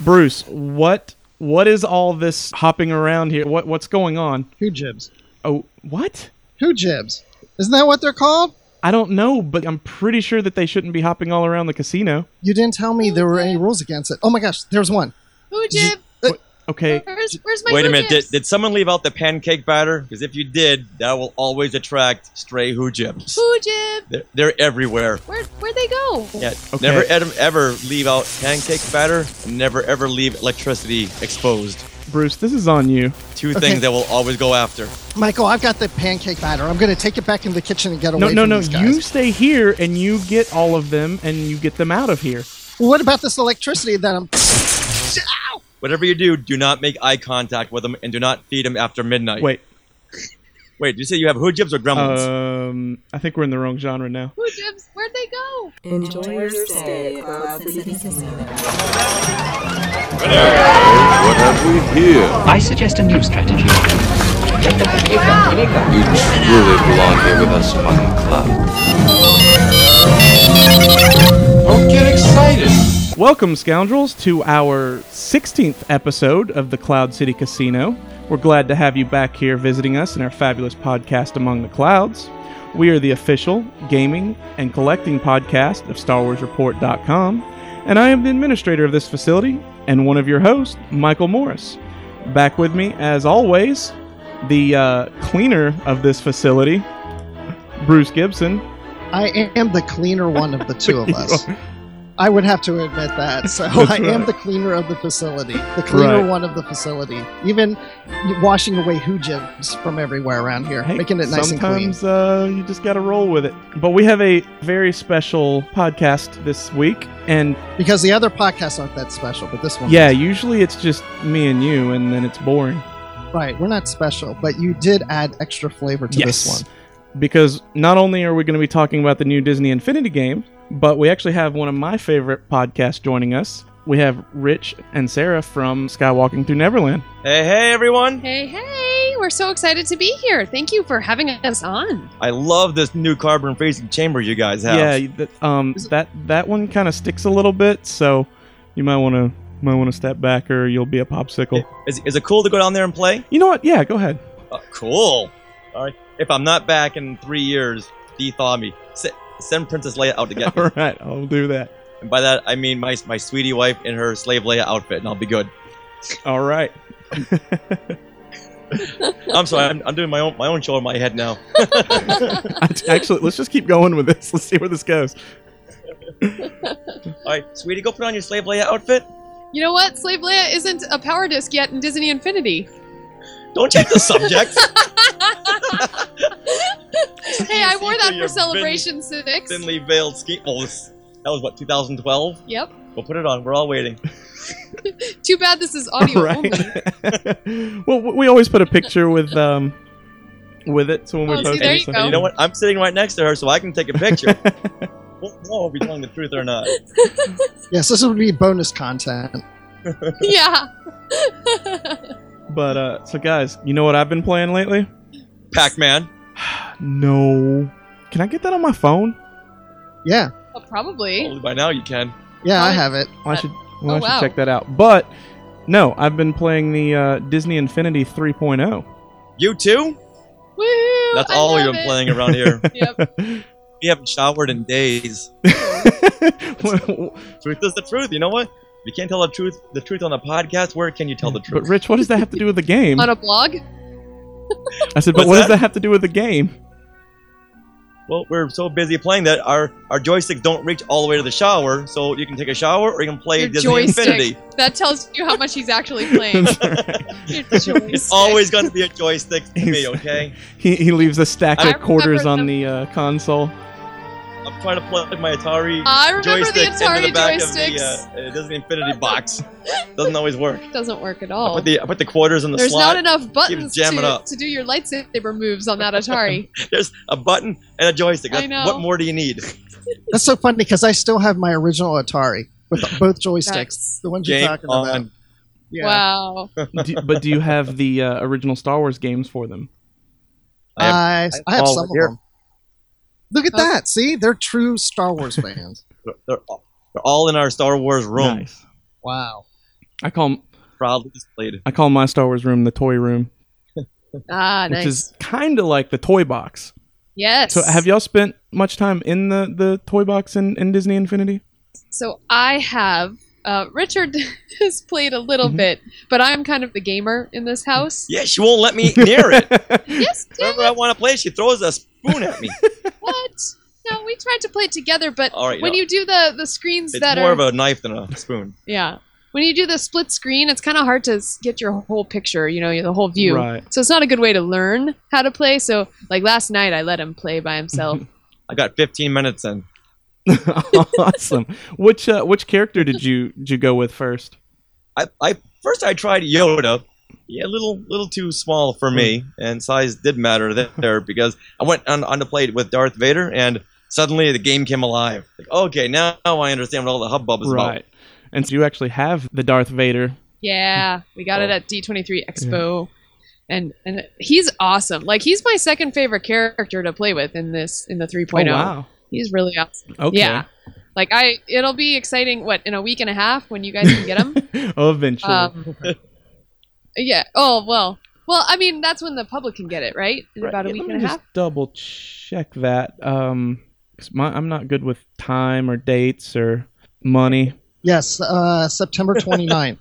Bruce, what what is all this hopping around here? What what's going on? Who jibs? Oh, what? Who jibs? Isn't that what they're called? I don't know, but I'm pretty sure that they shouldn't be hopping all around the casino. You didn't tell me there were any rules against it. Oh my gosh, there's one. Who jib? Okay, Where's, where's my Wait a who minute. Did, jibs? did someone leave out the pancake batter? Because if you did, that will always attract stray hoojibs. Who jib? They're, they're everywhere. Where where'd they go? Yeah, Okay. Never ed- ever leave out pancake batter. and Never ever leave electricity exposed. Bruce, this is on you. Two Okay. things that we'll always go after. Michael, I've got the pancake batter. I'm going to take it back in the kitchen and get away No, from no, no. these guys. You stay here and you get all of them and you get them out of here. Well, What about this electricity that I'm. Whatever you do, do not make eye contact with them and do not feed them after midnight. Wait, wait. Did you say you have hoojibs or gremlins? um, I think we're in the wrong genre now. Who jibs? Where'd they go? Enjoy your stay at Cloud City Casino. What have we here? I suggest a new strategy. You truly belong here with us among the clouds. Don't get excited. Welcome, scoundrels, to our 16th episode of the Cloud City Casino. We're glad to have you back here visiting us in our fabulous podcast, Among the Clouds. We are the official gaming and collecting podcast of StarWarsReport.com, and I am the administrator of this facility and one of your hosts, Michael Morris. Back with me, as always, the uh, cleaner of this facility, Bruce Gibson. I am the cleaner one of the two of us. I would have to admit that. So That's I am right. the cleaner of the facility, the cleaner Right. one of the facility. Even washing away who jibs from everywhere around here, Hey, making it nice and clean. sometimes uh, you just got to roll with it. But we have a very special podcast this week, and Because the other podcasts aren't that special, but this one. yeah, usually it's just me and you, and then it's boring. is. right. We're not special, but you did add extra flavor to this one. because not only are we going to be talking about the new Disney Infinity game, but we actually have one of my favorite podcasts joining us. We have Rich and Sarah from Skywalking Through Neverland. Hey, hey, everyone! Hey, hey! We're so excited to be here. Thank you for having us on. I love this new carbon facing chamber you guys have. Yeah, that, um, Is it- that that one kind of sticks a little bit, so you might want to might want to step back, or you'll be a popsicle. Is, is it cool to go down there and play? You know what? Yeah, go ahead. Uh, cool. All right. If I'm not back in three years, dethaw me. S- send Princess Leia out to get me. All right, I'll do that. And by that, I mean my, my sweetie wife in her slave Leia outfit, and I'll be good. All right. I'm sorry. I'm, I'm doing my own my own show in my head now. Actually, let's just keep going with this. Let's see where this goes. All right, sweetie, go put on your slave Leia outfit. You know what? Slave Leia isn't a power disc yet in Disney Infinity. Don't change the subject. Hey, I wore that Your for thin- Celebration Civics. Thinly veiled ski. Well, this- that was what 2012. Yep. Well, put it on. We're all waiting. Too bad this is audio All right. only. well, w- we always put a picture with um with it. So when we Oh, see, post there it, you so- go. You know what? I'm sitting right next to her, so I can take a picture. we'll know if we're telling the truth or not. Yes, this would be bonus content. yeah. But uh, so guys, you know what I've been playing lately? Pac-Man. No. Can I get that on my phone? Yeah. Well, Uh, probably. Only by now you can. Yeah, I have it. Well, I Uh, should. Well, I oh, should wow. check that out. But no, I've been playing the uh, Disney Infinity oh. 3.0. You too? Woo! That's I all we've love been it. playing around here. Yep. we haven't showered in days. Truth is the truth. You know what? If you can't tell the truth, the truth on a podcast. Where can you tell the but truth? Rich, what does that have to do with the game? On a blog? I said, but What's what does that? that have to do with the game? Well, we're so busy playing that our our joysticks don't reach all the way to the shower. So you can take a shower, or you can play Your Disney joystick. Infinity. That tells you how much he's actually playing. Your joystick. It's always going to be a joystick to me, He's- okay? He, he leaves a stack I of quarters remember on some- the uh, console. I'm trying to plug my Atari I remember the joystick Atari into the back joysticks. of the uh, uh, Disney Infinity box. Doesn't always work. Doesn't work at uh, I all. put the I put the quarters in the There's not slot. enough buttons jamming to, up. to do your lightsaber moves on that Atari. There's a button and a joystick. I That's- know. What more do you need? That's so funny because I still have my original Atari with both joysticks. That's- The ones you're Game talking about. on. Yeah. Wow. do, but do you have the uh, original Star Wars games for them? I have- I, I have I have all some of here. them. Look at Oh. that. See, they're true Star Wars fans. They're, they're all- they're all in our Star Wars room. Nice. Wow. I call proudly displayed. I call my Star Wars room the toy room, Ah, which nice. is kind of like the toy box. yes. So have y'all spent much time in the the toy box in, in Disney Infinity? So I have uh, Richard has played a little Mm-hmm. bit, but I'm kind of the gamer in this house. Yeah, she won't let me near it. Yes, damn Whenever I want to play, she throws a spoon at me. it, what? No, we tried to play it together, but All right, when no. you do the the screens It's that more are of a knife than a spoon. yeah. When you do the split screen, it's kind of hard to s- get your whole picture, you know, the whole view. Right. So it's not a good way to learn how to play. So, like last night, I let him play by himself. I got 15 minutes in. awesome. Which uh, which character did you did you go with first? I, I first I tried Yoda. Yeah, a little little too small for me, and size did matter there because I went on, on to play it with Darth Vader, and suddenly the game came alive. Like, okay, now, I understand what all the hubbub is Right. And so you actually have the Darth Vader. Yeah, we got it Oh. at D23 Expo. And and he's awesome. Like he's my second favorite character to play with in this in the 3.0. He's really awesome. Oh, Okay. Yeah. Like I it'll be exciting what in a week and a half when you guys can get him. Oh, eventually. um, yeah. Oh, well. Well, I mean, that's when the public can get it, right? In Right, about a yeah, week let me and a just half. double check that. Um, 'cause my, I'm not good with time or dates or money. Yes, uh, September 29th.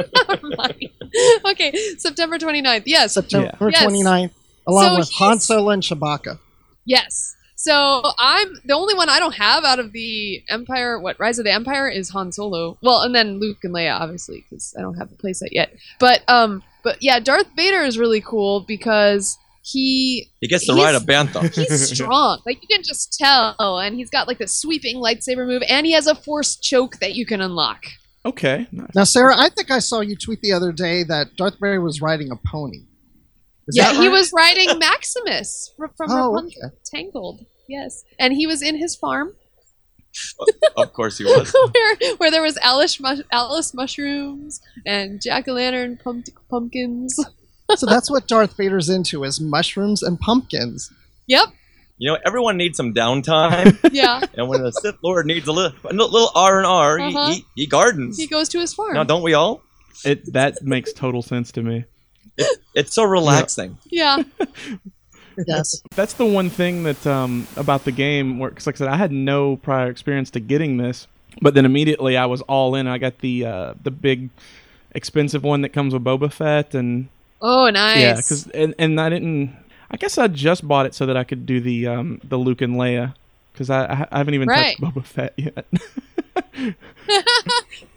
okay, September 29th. Yes. September Yes. 29th, along So with Han he's- Solo and Chewbacca. Yes. So I'm the only one I don't have out of the Empire. What Rise of the Empire is Han Solo. Well, and then Luke and Leia, obviously, because I don't have the playset yet. But um, but yeah, Darth Vader is really cool because he He gets to He's- ride a bantha. he's strong. like you can just tell, and he's got like this sweeping lightsaber move, and he has a force choke that you can unlock. Okay. nice. Now, Sarah, I think I saw you tweet the other day that Darth Vader was riding a pony. Is yeah, that he right? was riding Maximus from from Oh, Rapunzel, Tangled. Yes, and he was in his farm. of course he was. where, where there was Alice, mush- Alice mushrooms and jack o' lantern pump- pumpkins. so that's what Darth Vader's into is mushrooms and pumpkins. Yep. You know, everyone needs some downtime, Yeah. and when the Sith Lord needs a little a little R and R, Uh-huh. he he gardens. he goes to his farm. now, don't we all? It that makes total sense to me. It's so relaxing. yeah. Yes. That's the one thing that um, about the game where, 'cause like I said, I had no prior experience to getting this, but then immediately I was all in. I got the uh, the big expensive one that comes with Boba Fett and Oh, nice. yeah, because and, and I didn't. I guess I just bought it so that I could do the um, the Luke and Leia because I, I I haven't even Right. touched Boba Fett yet.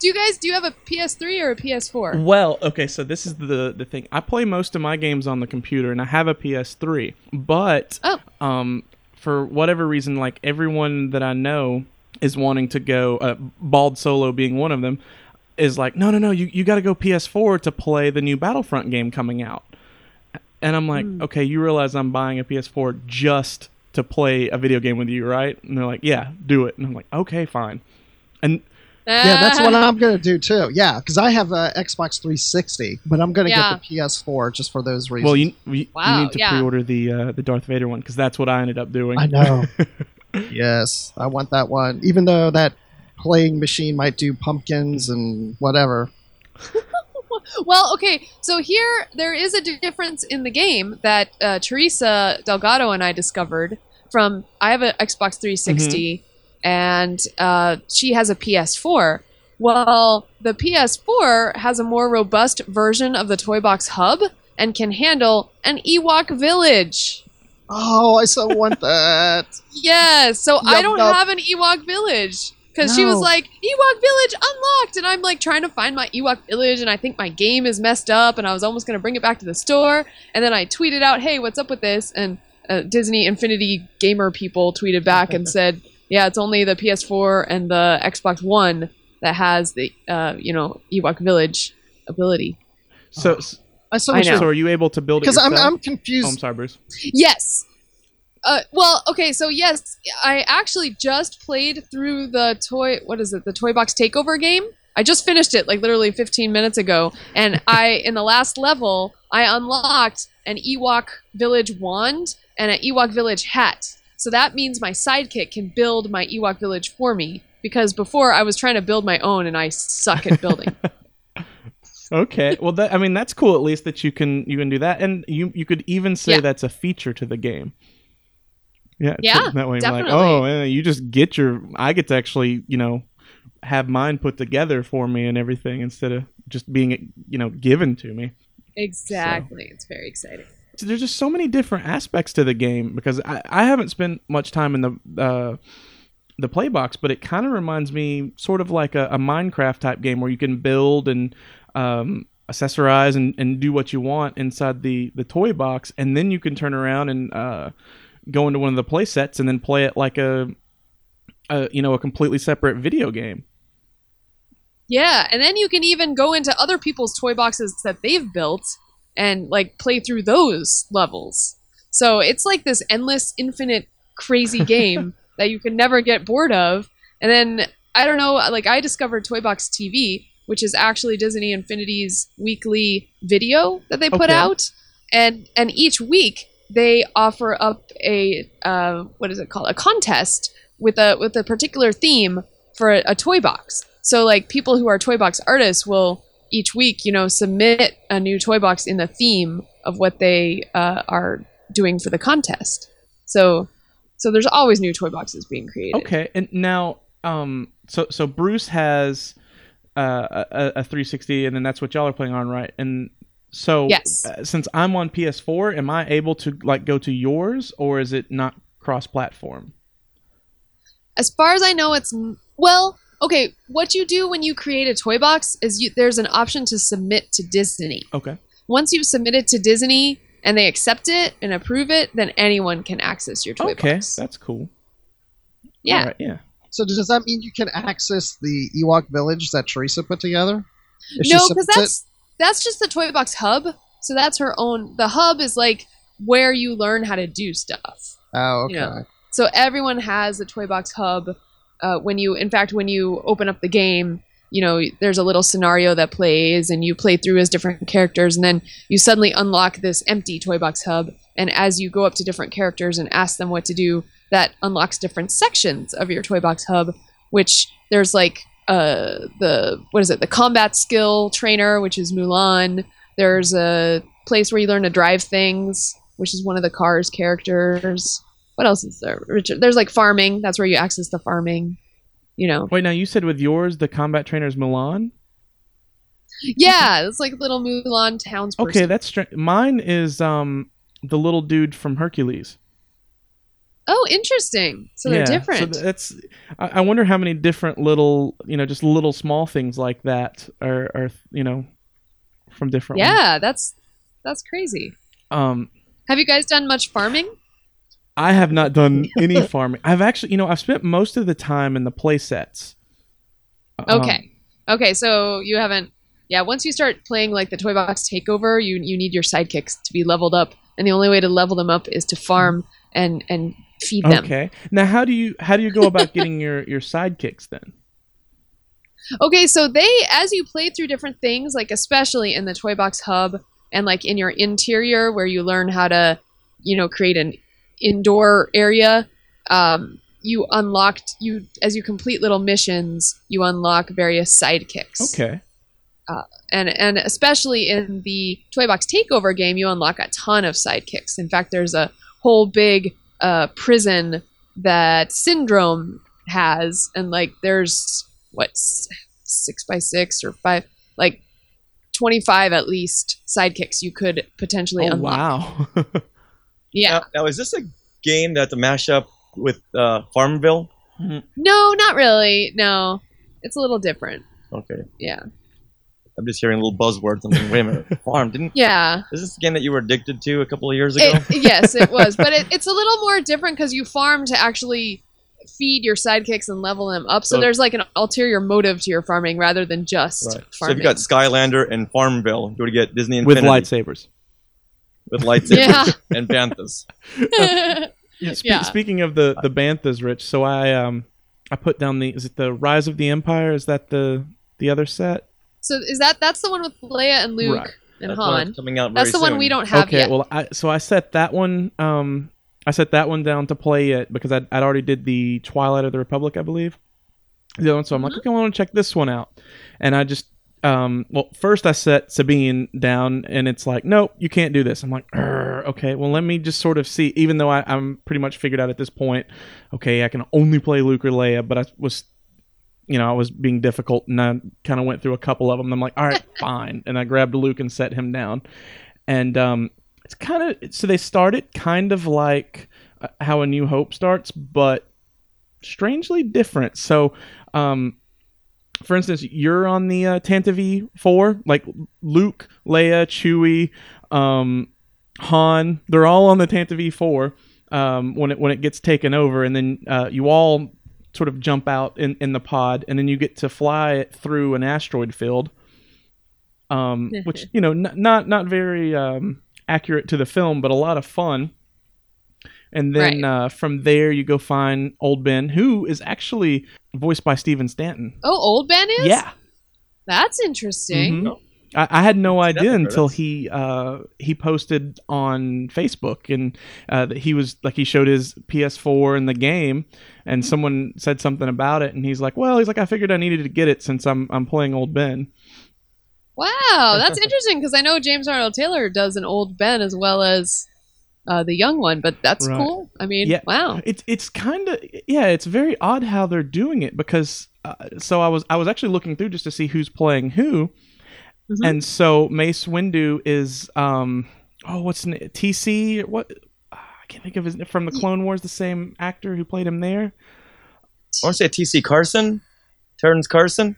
do you guys do you have a PS3 or a PS4? Well, okay, so this is the the thing. I play most of my games on the computer, and I have a PS3. But Oh. um, for whatever reason, like everyone that I know is wanting to go. Uh, Bald Solo being one of them is like, no, no, no, you you got to go PS4 to play the new Battlefront game coming out. And I'm like, okay, you realize I'm buying a PS4 just to play a video game with you, right? And they're like, yeah, do it. And I'm like, okay, fine. And Yeah, that's what I'm going to do too. Yeah, because I have a Xbox 360, but I'm going to Yeah. get the PS4 just for those reasons. Well, you, you, Wow, you need to yeah. pre-order the uh, the Darth Vader one because that's what I ended up doing. I know. yes, I want that one. Even though that playing machine might do pumpkins and whatever. Well, okay. So here there is a di- difference in the game that uh, Teresa Delgado and I discovered from. I have an Xbox 360, and uh, she has a PS4. Well, the PS4 has a more robust version of the Toy Box Hub and can handle an Ewok Village. Oh, I so want that. Yes. So I Yup, don't yup. have an Ewok village because she was No. like Ewok village unlocked, and I'm like trying to find my Ewok village, and I think my game is messed up, and I was almost gonna bring it back to the store, and then I tweeted out, "Hey, what's up with this?" and uh, Disney Infinity gamer people tweeted back and said, "Yeah, it's only the PS4 and the Xbox One that has the uh, you know Ewok village ability." So, I so I wish know. so are you able to build it because Oh. I'm yourself? I'm Oh, I'm confused. sorry, Bruce. Yes. Uh, well, okay, so yes, I actually just played through the toy. What is it? The Toy Box Takeover game. I just finished it like literally 15 minutes ago, and I in the last level I unlocked an Ewok Village wand and an Ewok Village hat. So that means my sidekick can build my Ewok Village for me because before I was trying to build my own and I suck at building. Okay. Well, that I mean, that's cool. At least that you can you can do that, and you you could even say Yeah. that's a feature to the game. Yeah. so Yeah, that way, I'm like, definitely. oh, yeah, you just get your. I get to actually, you know, have mine put together for me and everything instead of just being, you know, given to me. Exactly. It's very exciting. So there's just so many different aspects to the game because I, I haven't spent much time in the uh, the play box, but it kind of reminds me sort of like a, a Minecraft type game where you can build and um, accessorize and, and do what you want inside the the toy box, and then you can turn around and uh, go into one of the play sets and then play it like a, a you know a completely separate video game. Yeah, and then you can even go into other people's toy boxes that they've built and like play through those levels. So it's like this endless, infinite, crazy game that you can never get bored of. And then I don't know, like I discovered Toy Box TV, which is actually Disney Infinity's weekly video that they put Okay. out, and and each week they offer up a uh, what is it called a contest with a with a particular theme for a, a toy box. So like people who are toy box artists will each week, you know, submit a new toy box in the theme of what they uh, are doing for the contest. So so there's always new toy boxes being created. Okay, and now, um, so so Bruce has uh, a, a 360, and then that's what y'all are playing on, right? And so, Yes. uh, since I'm on PS4, am I able to like go to yours, or is it not cross-platform? As far as I know, it's n- well. Okay, what you do when you create a toy box is you, there's an option to submit to Disney. Okay, Once you've submitted to Disney and they accept it and approve it, then anyone can access your toy okay, box. that's cool. Yeah. All right, yeah. So does that mean you can access the Ewok village that Teresa put together? If she no, because submits that's that's just the toy box hub. So that's her own. The hub is like where you learn how to do stuff. it? Oh, okay. you know. So everyone has a toy box hub. Uh, when you, in fact, when you open up the game, you know there's a little scenario that plays, and you play through as different characters, and then you suddenly unlock this empty toy box hub. And as you go up to different characters and ask them what to do, that unlocks different sections of your toy box hub. Which there's like uh, the what is it? The combat skill trainer, which is Mulan. There's a place where you learn to drive things, which is one of the cars characters what else is there? Richard, there's like farming. That's where you access the farming. You know, Wait, now you said with yours, the combat trainer's Milan. yeah, it's like little Mulan towns. Okay, that's str- mine is um the little dude from Hercules. oh, interesting. So they're different. So that's. I, I wonder how many different little, you know, just little small things like that are, are you know, from different. ones. yeah, that's that's crazy. Um, Have you guys done much farming? I have not done any farming. I've actually, you know, I've spent most of the time in the play sets. Um, Okay, okay. So you haven't. Yeah, once you start playing like the Toy Box Takeover, you you need your sidekicks to be leveled up, and the only way to level them up is to farm and and feed them. okay. Now, how do you how do you go about getting your your sidekicks then? Okay, so they, as you play through different things, like especially in the Toy Box Hub and like in your interior where you learn how to, you know, create an indoor area, um, you unlocked, you, as you complete little missions, you unlock various sidekicks. Okay. And, and especially in the Toy Box Takeover game, you unlock a ton of sidekicks. In fact, there's a whole big uh, prison that Syndrome has, and like there's what s- six by six or five, like twenty five at least sidekicks you could potentially Oh unlock. wow. Yeah, Now, now, is this a game that's a mashup with uh, Farmville? no, not really. No, it's a little different. Okay. Yeah. I'm just hearing little buzzwords. I'm thinking, wait a minute, farm. Didn't Yeah, is this the game that you were addicted to a couple of years ago? it, yes, it was, but it, it's a little more different because you farm to actually feed your sidekicks and level them up. So So- there's like an ulterior motive to your farming rather than just Right. So if farming. you got Skylander and Farmville, you would get Disney With Infinity lightsabers. with lightsabers yeah. and Banthas. Yeah, spe- Yeah. Speaking of the the banthas, Rich. So I um I put down the is it the Rise of the Empire? Is that the the other set? So is that that's the one with Leia and Luke Right. and That's one Han? that's coming out very That's the one soon. we don't have okay. yet. Well, I so I set that one um I set that one down to play it because I I'd already did the Mm-hmm. Twilight of the Republic, I believe. The other one, so I'm like, okay, I want to check this one out, and I just um, well, first I set Sabine down, and it's like, no, you can't do this. I'm like, "Arr, okay, well, let me just sort of see. Even though I, I'm pretty much figured out at this point, okay, I can only play Luke or Leia, but I was, you know, I was being difficult, and I kind of went through a couple of them. I'm like, all right, fine, and I grabbed Luke and set him down, and um, it's kind of so they started kind of like uh, how A New Hope starts, but strangely different. So, um, for instance, you're on the uh, Tantive four, like Luke, Leia, Chewie, um, Han. They're all on the Tantive four um, when it when it gets taken over, and then uh, you all sort of jump out in, in the pod, and then you get to fly it through an asteroid field, um, which you know n- not not very um, accurate to the film, but a lot of fun. And then Right. uh, from there, you go find Old Ben, who is actually voiced by Steven Stanton. Oh, old Ben is. Yeah. that's interesting. Mm-hmm. Mhm. I, I had no idea Definitely, until that's- he uh, he posted on Facebook and uh, that he was like he showed his PS4 in the game, and someone said something about it, and he's like, well, he's like, I figured I needed to get it since I'm I'm playing old Ben. Wow, that's interesting because I know James Arnold Taylor does an old Ben as well as uh, the young one, but that's Right. cool. I mean, Yeah. wow. It's it's kind of yeah, it's very odd how they're doing it because uh, so I was I was actually looking through just to see who's playing who, Mhm. and so Mace Windu is um oh what's his na- TC what ah, I can't think of his from the Mm-hmm. Clone Wars the same actor who played him there I want to say T.C. Carson, Terrence Carson.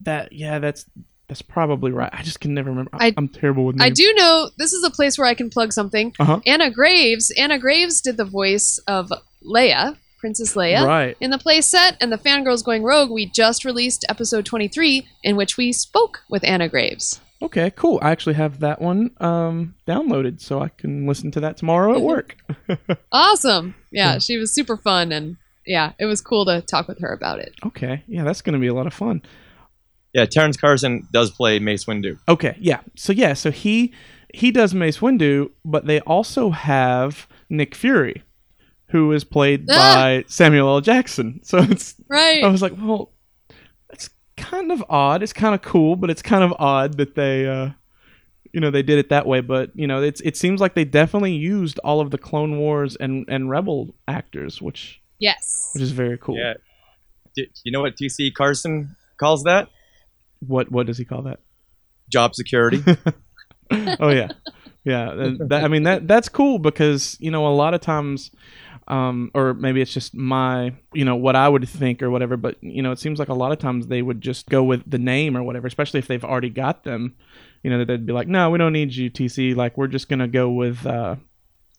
that yeah that's that's probably right I just can never remember I, I- am terrible with names I do know this is a place where I can plug something. Uh-huh. Anna Graves. Anna Graves did the voice of Leia, Princess Leia. right In the play set and the Fangirls Going Rogue, we just released episode 23, in which we spoke with Anna Graves. okay cool I actually have that one um downloaded so I can listen to that tomorrow Mm-hmm. at work Awesome. Yeah, Yeah. she was super fun, and yeah, it was cool to talk with her about it. okay yeah that's gonna be a lot of fun Yeah, Terrence Carson does play Mace Windu. Okay, yeah. So yeah, so he he does Mace Windu, but they also have Nick Fury, who is played Ah! by Samuel L. Jackson. So it's Right. I was like, well, it's kind of odd. It's kind of cool, but it's kind of odd that they uh you know, they did it that way, but you know, it's it seems like they definitely used all of the Clone Wars and and Rebel actors, which yes. which is very cool. Yeah. Do you know what T.C. Carson calls that? What what does he call that? Job security. oh yeah yeah and that, i mean that that's cool because you know a lot of times um, or maybe it's just my you know what i would think or whatever but you know it seems like a lot of times they would just go with the name or whatever especially if they've already got them you know they'd be like no we don't need you tc like we're just gonna go with uh,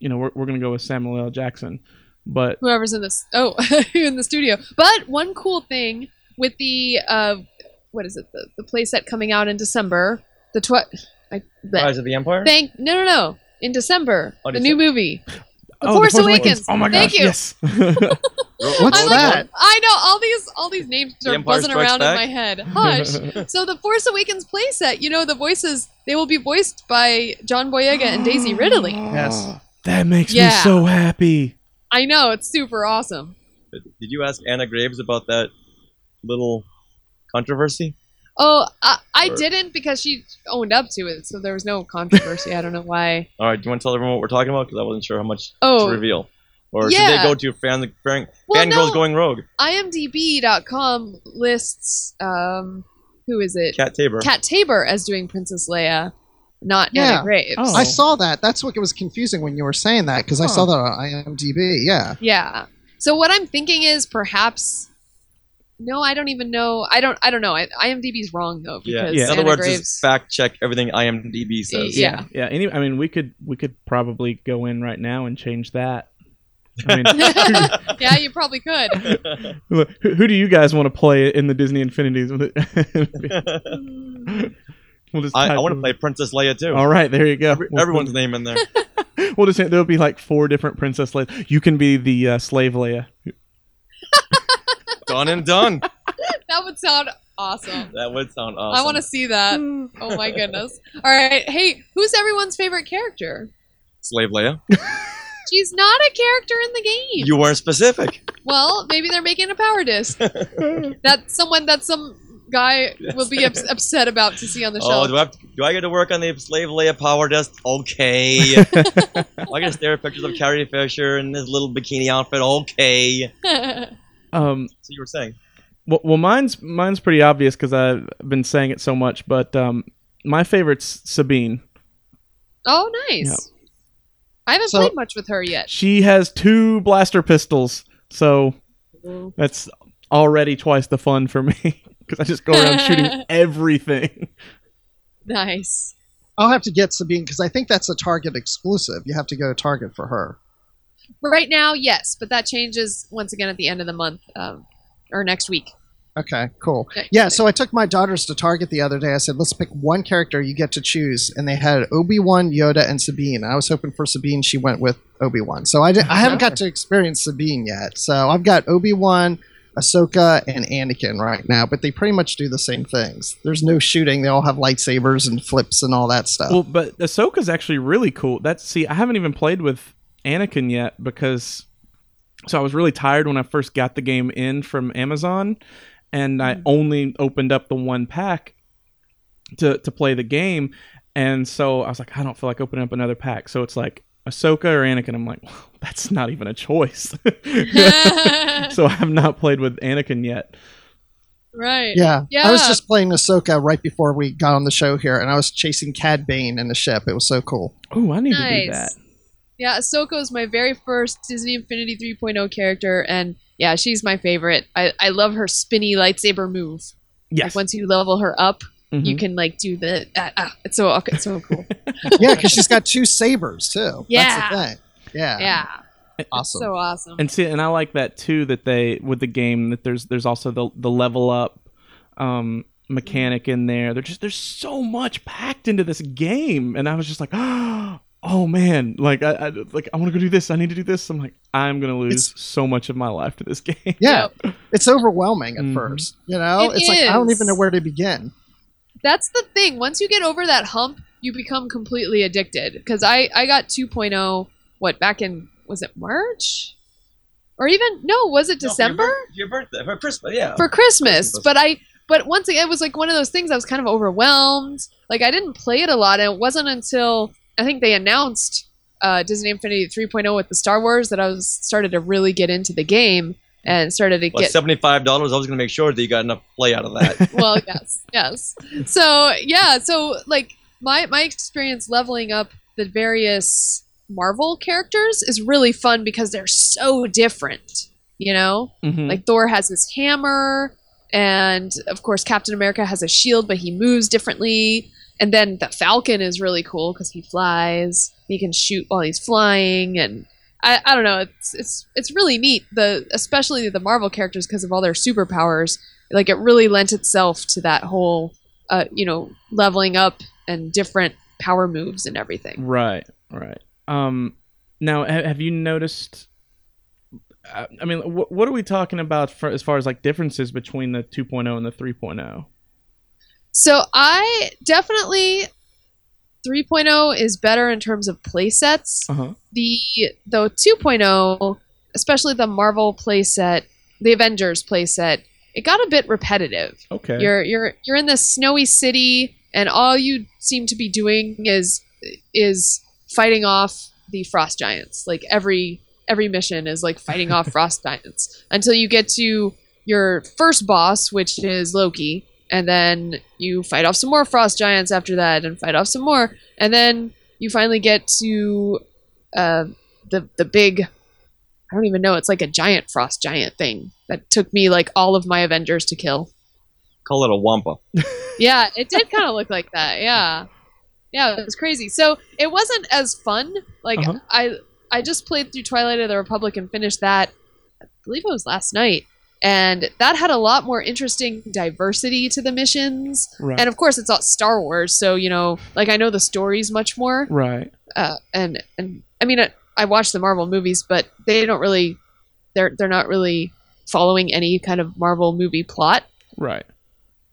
you know we're, we're gonna go with samuel l jackson but Whoever's in this. Oh, in the studio. But one cool thing with the, uh, what is it, the, the play set coming out in December, the tw- I, the, Rise of the Empire. thank, no, no, no, in December, Oh, the new movie. The oh, Force Awakens. oh my Thank gosh you. yes What's I'm that? Like, I know all these all these names The are Empire buzzing Strikes around Back? in my head. Hush. so the Force Awakens playset, you know, the voices they will be voiced by John Boyega and Daisy Ridley. yes. that makes me Yeah. so happy I know it's super awesome. Did you ask Anna Graves about that little controversy? Oh, I, I Or- didn't because she owned up to it, so there was no controversy. I don't know why. All right, do you want to tell everyone what we're talking about? Because I wasn't sure how much Oh. to reveal. Or should Yeah. they go to fan, fan, Well, Fangirls no. Going Rogue? IMDb.com lists um, who is it? Cat Tabor. Cat Tabor as doing Princess Leia, not Yeah. Anna Graves. Oh. I saw that. That's what was confusing when you were saying that because I Huh. saw that on IMDb. Yeah. Yeah. So what I'm thinking is perhaps no, I don't even know. I don't. I don't know. I, IMDb's wrong though yeah. because Yeah. In Anna other words, Graves. just fact check everything IMDb says. Yeah. yeah. Any, I mean, we could we could probably go in right now and change that. I mean, yeah, you probably could. look, who, who do you guys want to play in the Disney Infinities? With it? we'll just. I, I type want to in- play Princess Leia too. All right, there you go. Every- We'll- Everyone's name in there. We'll just there'll be like four different princess Leia. You can be the uh, slave Leia. done and done. That would sound awesome. That would sound awesome. I want to see that. Oh my goodness. All right. Hey, who's everyone's favorite character? Slave Leia. She's not a character in the game. You weren't specific. well, maybe they're making a power disc. That's someone. That's some guy will be ups- upset about to see on the show. Oh, do I have to, do I get to work on the slave Leia power desk? Okay. I get to stare at pictures of Carrie Fisher in this little bikini outfit. Okay. Um, So you were saying well, well, mine's mine's pretty obvious because I've been saying it so much, but um, my favorite's Sabine. oh, nice. I haven't So- played much with her yet. She has two blaster pistols, so that's already twice the fun for me because I just go around shooting everything. Nice. I'll have to get Sabine because I think that's a Target exclusive. You have to go to Target for her. Right now, yes, but that changes once again at the end of the month um, or next week. Okay, cool. Okay. Yeah, so I took my daughters to Target the other day. I said, let's pick one character you get to choose. And they had Obi Wan, Yoda, and Sabine. I was hoping for Sabine. She went with Obi Wan. So I, did, I haven't got to experience Sabine yet. So I've got Obi Wan, Ahsoka, and Anakin right now, but they pretty much do the same things. There's no shooting, they all have lightsabers and flips and all that stuff. Well, but Ahsoka's actually really cool. That's see, I haven't even played with Anakin yet because so I was really tired when I first got the game in from Amazon, and Mm-hmm. I only opened up the one pack to to play the game, and so I was like, I don't feel like opening up another pack. So it's like Ahsoka or Anakin. I'm like, well, that's not even a choice. so I have not played with Anakin yet. right. Yeah. I was Yeah. just playing Ahsoka right before we got on the show here, and I was chasing Cad Bane in the ship. It was so cool. Oh, I need to do Nice. that. Yeah, Ahsoka is my very first Disney Infinity 3.0 character, and yeah, she's my favorite. I, I love her spinny lightsaber move. Yes. Like once you level her up, you Mhm. can like do the. ah, ah. it's so okay, it's so cool. yeah, because she's got two sabers too. Yeah. That's the thing. Yeah. yeah, Awesome. so awesome. And see, and I like that too. That they with the game that there's there's also the the level up um, mechanic in there. There's just there's so much packed into this game, and I was just like, oh man, like I, I like I want to go do this. I need to do this. I'm like I'm gonna lose so much of my life to this game. yeah. It's overwhelming at Mhm. first. You know? It it's like I don't is. even know where to begin. That's the thing. Once you get over that hump, you become completely addicted. Because I, I got 2.0, what, back in, was it March? Or even, no, was it No, for your December? bir- your birthday for Christmas, yeah. for Christmas. Christmas. But I, but once again, it was like one of those things I was kind of overwhelmed. Like I didn't play it a lot. And it wasn't until I think they announced uh, Disney Infinity 3.0 with the Star Wars that I was started to really get into the game and started to Well, get seventy-five dollars. I was going to make sure that you got enough play out of that. well yes yes so yeah so like my my experience leveling up the various marvel characters is really fun because they're so different you know Mhm. like thor has his hammer and of course captain america has a shield but he moves differently and then the falcon is really cool because he flies he can shoot while he's flying and I, I don't know it's it's it's really neat the especially the marvel characters because of all their superpowers like it really lent itself to that whole uh, you know leveling up and different power moves and everything Right, right. Um, now, ha- have you noticed? uh, I I mean, wh- what are we talking about for, as far as like differences between the 2.0 and the oh? 3.0? So I definitely 3.0 is better in terms of play sets. Uh huh. The though 2.0, especially the Marvel play set, the Avengers play set, it got a bit repetitive. Okay. You're you're you're in this snowy city and all you seem to be doing is is fighting off the frost giants. Like every every mission is like fighting off frost giants until you get to your first boss, which is Loki, and then you fight off some more frost giants after that and fight off some more and then you finally get to uh, the the big I don't even know. It's like a giant frost giant thing that took me like all of my Avengers to kill Call it a wampa. yeah, it did kind of look like that. Yeah, yeah, it was crazy. So it wasn't as fun. Like Uh-huh. I, I just played through Twilight of the Republic and finished that. I believe it was last night, and that had a lot more interesting diversity to the missions. right. And of course, it's all Star Wars, so you know, like I know the stories much more. right. Uh, and and I mean, I, I watch the Marvel movies, but they don't really, they're they're not really following any kind of Marvel movie plot Right.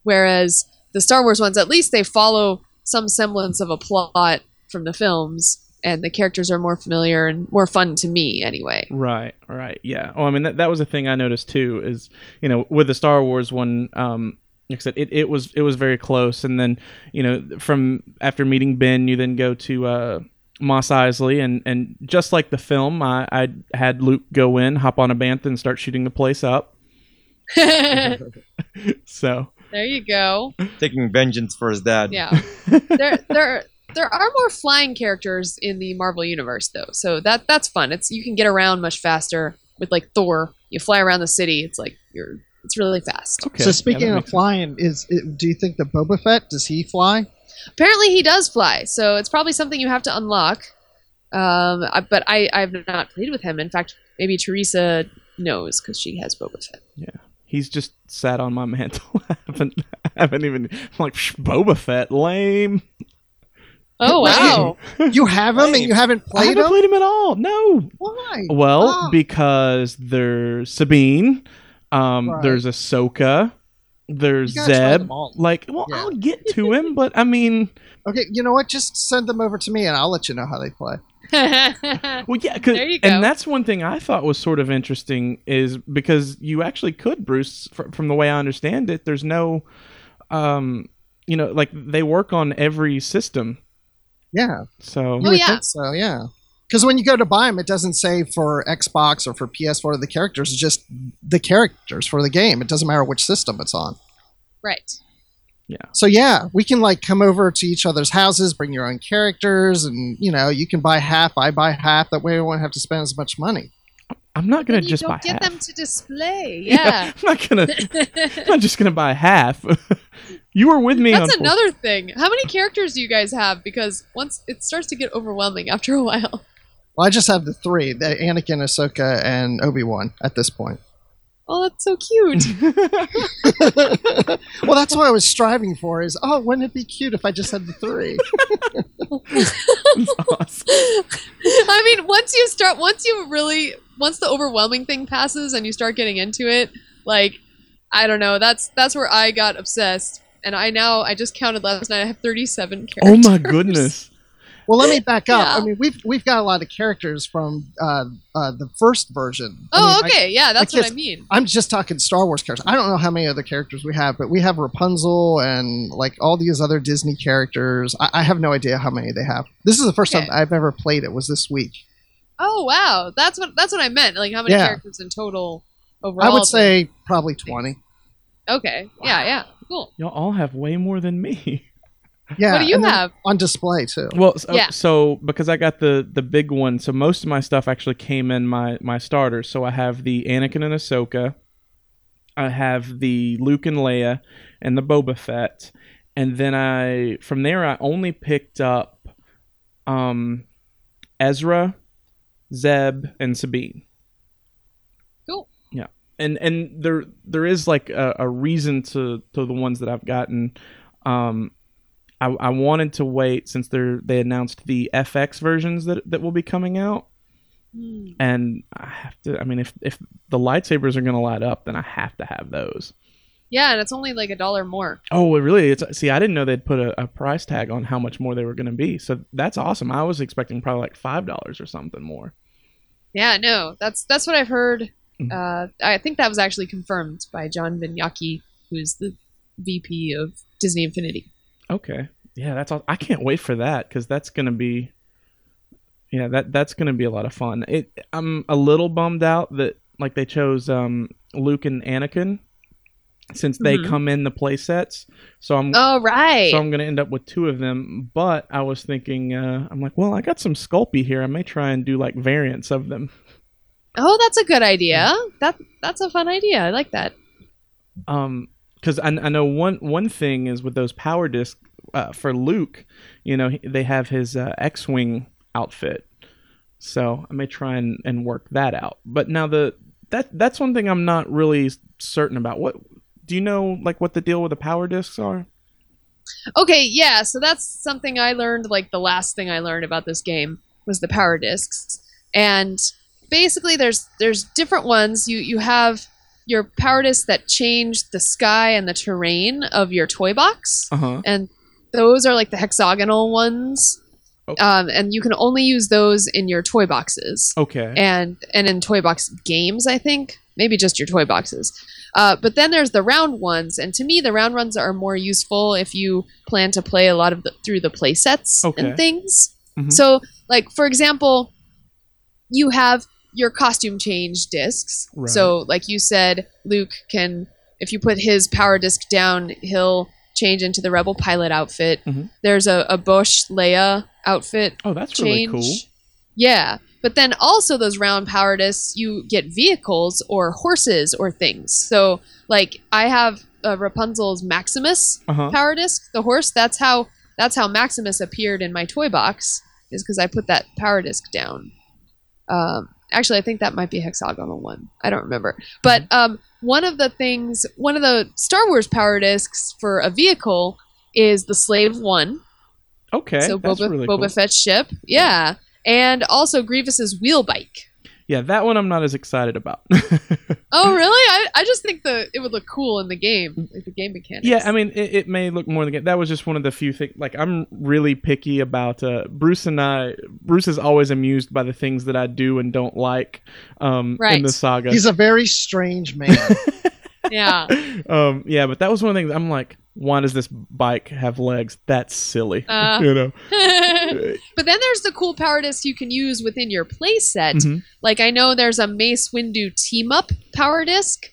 whereas the Star Wars ones, at least they follow some semblance of a plot from the films, and the characters are more familiar and more fun to me anyway. Right, right, yeah. Oh, I mean that, that was a thing I noticed too. Is you know with the Star Wars one, um, like I said, it, it was it was very close. And then you know, from after meeting Ben, you then go to uh, Moss Isley, and and just like the film, I, I had Luke go in, hop on a bantha, and start shooting the place up. there So you go. Taking vengeance for his dad. Yeah. there there there are more flying characters in the Marvel universe though. So that that's fun. It's you can get around much faster with like Thor. You fly around the city. It's like you're it's really fast. okay, so yeah, speaking that of makes sense. flying, is it, do you think the Boba Fett does he fly? Apparently he does fly. So it's probably something you have to unlock. Um I- but I I've not played with him. In fact, maybe Teresa knows cuz she has Boba Fett. he's just sat on my mantle. I haven't I haven't even I'm like "Psh, Boba Fett lame. Oh wow. You have him and you haven't I played haven't him. played Oh, him at all. No, Why? Well, Ah. because there's Sabine, um, Right. there's Ahsoka, there's You gotta try Zeb. them all. Like, well, Yeah. I'll get to him, but I mean, Okay, you know what? Just send them over to me and I'll let you know how they play. well, yeah, 'cause- There you go. and that's one thing I thought was sort of interesting is because you actually could, Bruce, fr- from the way I understand it, there's no, um, you know, like they work on every system, Yeah. so You Oh, would yeah. think so, yeah. Because when you go to buy them, it doesn't say for Xbox or for PS4 the characters, it's just the characters for the game. It doesn't matter which system it's on. right. So yeah, we can like come over to each other's houses, bring your own characters, and you know you can buy half, I buy half. That way, we won't have to spend as much money. I'm not gonna And you just don't buy get half. them to display. Yeah. I'm not gonna. I'm not just gonna buy half. you were with me on That's Force another thing. How many characters do you guys have? Because once it starts to get overwhelming after a while. Well, I just have the three: the Anakin, Ahsoka, and Obi Wan at this point. Oh, that's so cute. Well, that's what I was striving for. Is oh, wouldn't it be cute if I just had the three? Awesome. I mean, once you start, once you really, once the overwhelming thing passes and you start getting into it, like, I don't know. That's that's where I got obsessed, and I now I just counted last night. I have thirty-seven Oh characters. my goodness. Well, let me back up. Yeah. I mean, we've we've got a lot of characters from uh, uh, the first version. I Oh, mean, I- okay. Yeah, that's like what I this- mean. I'm just talking Star Wars characters. I don't know how many other characters we have, but we have Rapunzel and like all these other Disney characters. I, I have no idea how many they have. This is the first Okay. time I've ever played it. Was this week? Oh wow, that's what that's what I meant. Like how many Yeah. characters in total overall? I would say probably twenty. Okay. Yeah. Yeah. Cool. Y'all all have way more than me. Yeah. what do you and they're have? on display too? Well, so, Yeah. so because I got the the big one, so most of my stuff actually came in my my starters. So I have the Anakin and Ahsoka, I have the Luke and Leia, and the Boba Fett, and then I from there I only picked up, um, Ezra, Zeb, and Sabine. Cool. Yeah, and and there there is like a, a reason to to the ones that I've gotten. Um, I, I wanted to wait since they're they announced the FX versions that that will be coming out, Hmm. and I have to. I mean, if if the lightsabers are going to light up, then I have to have those. Yeah, and it's only like a dollar more. Oh, it really? It's see, I didn't know they'd put a, a price tag on how much more they were going to be. So that's awesome. I was expecting probably like five dollars or something more. Yeah, no, that's that's what I've heard. Mhm. Uh, I think that was actually confirmed by John Vignacchi, who's the VP of Disney Infinity. Okay, yeah, that's. All, I can't wait for that because that's going to be. Yeah, that that's going to be a lot of fun. It. I'm a little bummed out that like they chose um, Luke and Anakin, since they Mhm. come in the play sets. So I'm Oh right. Mm-hmm. So I'm going to end up with two of them. But I was thinking, uh, I'm like, well, I got some Sculpey here. I may try and do like variants of them. oh, that's a good idea. Mm-hmm. That that's a fun idea. I like that. Um, because I, I know one one thing is with those power discs uh, for Luke, you know, he- they have his uh, X-wing outfit. So I may try and, and work that out. But now the that that's one thing I'm not really certain about. What do you know? Like what the deal with the power discs are? Okay, yeah, so that's something I learned like the last thing I learned about this game was the power discs. And basically there's there's different ones. You you have your power discs that change the sky and the terrain of your toy box. Uh huh. and those are like the hexagonal ones Oh. um, and you can only use those in your toy boxes Okay. and and in toy box games i think maybe just your toy boxes. Uh, but then there's the round ones, and to me, the round ones are more useful if you plan to play a lot of the, through the play sets Okay. and things. Mhm. So, like for example, you have your costume change discs. Right. So, like you said, Luke can, if you put his power disc down, he'll change into the rebel pilot outfit. Mhm. There's a, a Bosch Leia outfit Oh, that's change. really cool. Yeah. But then also those round power discs, you get vehicles or horses or things. So like I have uh, Rapunzel's Maximus Uh huh. power disc, the horse. That's how that's how Maximus appeared in my toy box is because I put that power disc down. Um, actually, I think that might be hexagonal one. I don't remember. But Mm-hmm. um, one of the things, one of the Star Wars power discs for a vehicle is the Slave One Okay, so that's Boba, really Boba cool. Fett's ship, yeah, and also Grievous's wheel bike. Yeah, that one I'm not as excited about. Oh, really? I, I just think the it would look cool in the game, like the game mechanics. yeah, I mean, it, it may look more than that. Was just one of the few things. Like, I'm really picky about uh, Bruce and I. Bruce is always amused by the things that I do and don't like um, in Right. the saga. He's a very strange man. yeah, um, yeah, but that was one of the things I'm like, why does this bike have legs? That's silly. Uh. you know. but then there's the cool power disc you can use within your playset. Mhm. Like I know there's a Mace Windu team up power disc.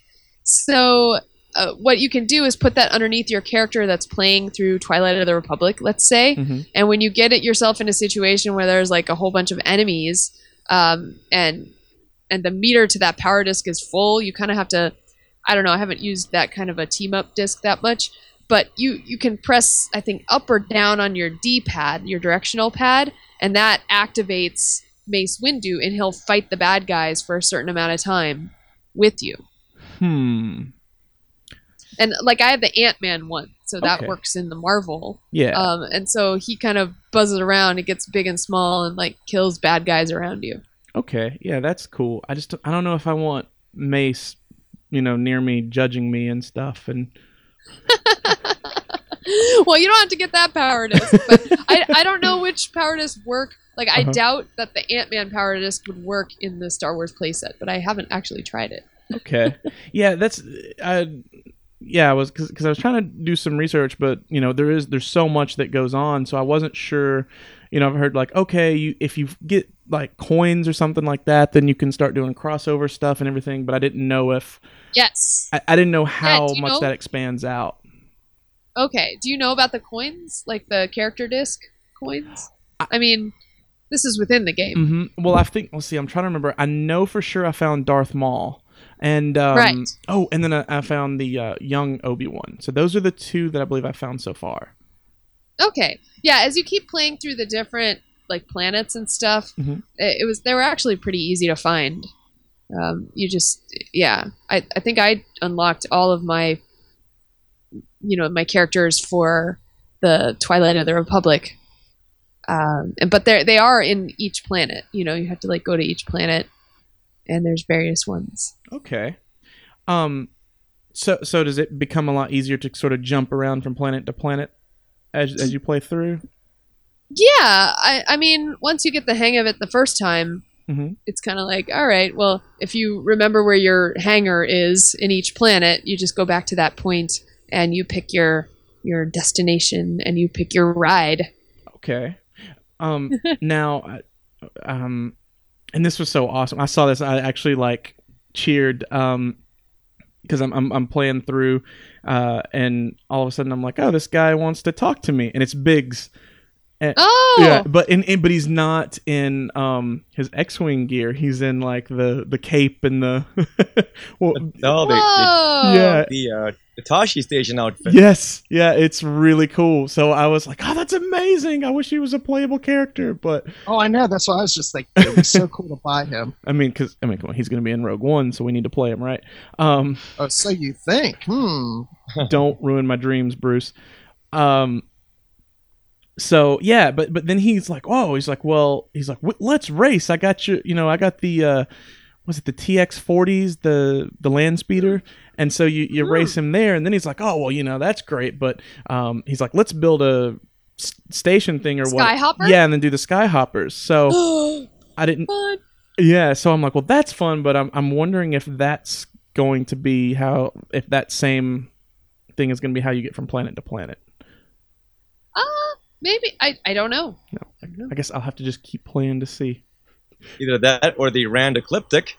So uh, what you can do is put that underneath your character that's playing through Twilight of the Republic, let's say, Mhm. and when you get it yourself in a situation where there's like a whole bunch of enemies, um, and and the meter to that power disc is full, you kind of have to. I don't know. I haven't used that kind of a team up disc that much, but you you can press I think up or down on your D pad, your directional pad, and that activates Mace Windu, and he'll fight the bad guys for a certain amount of time with you. Hmm. And like I have the Ant Man one, so that Okay. works in the Marvel. Yeah. Um, and so he kind of buzzes around. It gets big and small, and like kills bad guys around you. Okay, yeah, that's cool. I just I don't know if I want Mace, you know, near me judging me and stuff. And well, you don't have to get that power disc, but I, I don't know which power disc work. Like I Uh-huh. doubt that the Ant Man power disc would work in the Star Wars playset, but I haven't actually tried it. okay, yeah, that's I. Yeah, I was because I was trying to do some research, but you know there is there's so much that goes on, so I wasn't sure. You know, I've heard like okay, you if you get like coins or something like that, then you can start doing crossover stuff and everything. But I didn't know if Yes. I, I didn't know how do you much know? that expands out. Okay. Do you know about the coins, like the character disc coins? I mean, this is within the game. hmm Well, I think let's see. I'm trying to remember. I know for sure I found Darth Maul, and um, Right. oh, and then I, I found the uh, young Obi Wan. So those are the two that I believe I found so far. Okay. Yeah, as you keep playing through the different like planets and stuff, Mhm. it, it was they were actually pretty easy to find. Um, you just yeah, I I think I unlocked all of my you know my characters for the Twilight of the Republic. Um, and but they they are in each planet. You know, you have to like go to each planet, and there's various ones. Okay. Um. So so does it become a lot easier to sort of jump around from planet to planet as as you play through? Yeah, I, I mean, once you get the hang of it the first time, Mhm. it's kind of like, all right, well, if you remember where your hangar is in each planet, you just go back to that point and you pick your your destination and you pick your ride. Okay. Um. now, I- um, and this was so awesome. I saw this. I actually like cheered. Um. Because I'm, I'm, I'm playing through, uh, and all of a sudden I'm like, oh, this guy wants to talk to me, and it's Biggs. Oh, Yeah, but in, in- but he's not in um his X-wing gear. He's in like the the cape and the well, No, they, they, whoa. yeah, the uh, the Tashi Station outfit. Yes, yeah, it's really cool. So I was like, "Oh, that's amazing! I wish he was a playable character." But oh, I know. That's why I was just like, it was so cool to buy him. I mean, because I mean, come on, he's going to be in Rogue One, so we need to play him, right? Um, Oh, so you think? Oh, Hmm. don't ruin my dreams, Bruce. Um, so yeah, but but then he's like, "Oh, he's like, well, he's like, "W- let's race. I got you, you know, I got the." Uh, was it the TX40s, the the land speeder? And so you, you race him there, and then he's like, oh well, you know that's great, but um, he's like, let's build a s- station thing or what? Skyhopper? Yeah, and then do the skyhoppers. So Fun. I didn't. Yeah, so I'm like, well, that's fun, but I'm I'm wondering if that's going to be how if that same thing is going to be how you get from planet to planet. Uh, maybe I, I don't know. I guess I'll have to just keep playing to see. Either that or the Rand Ecliptic.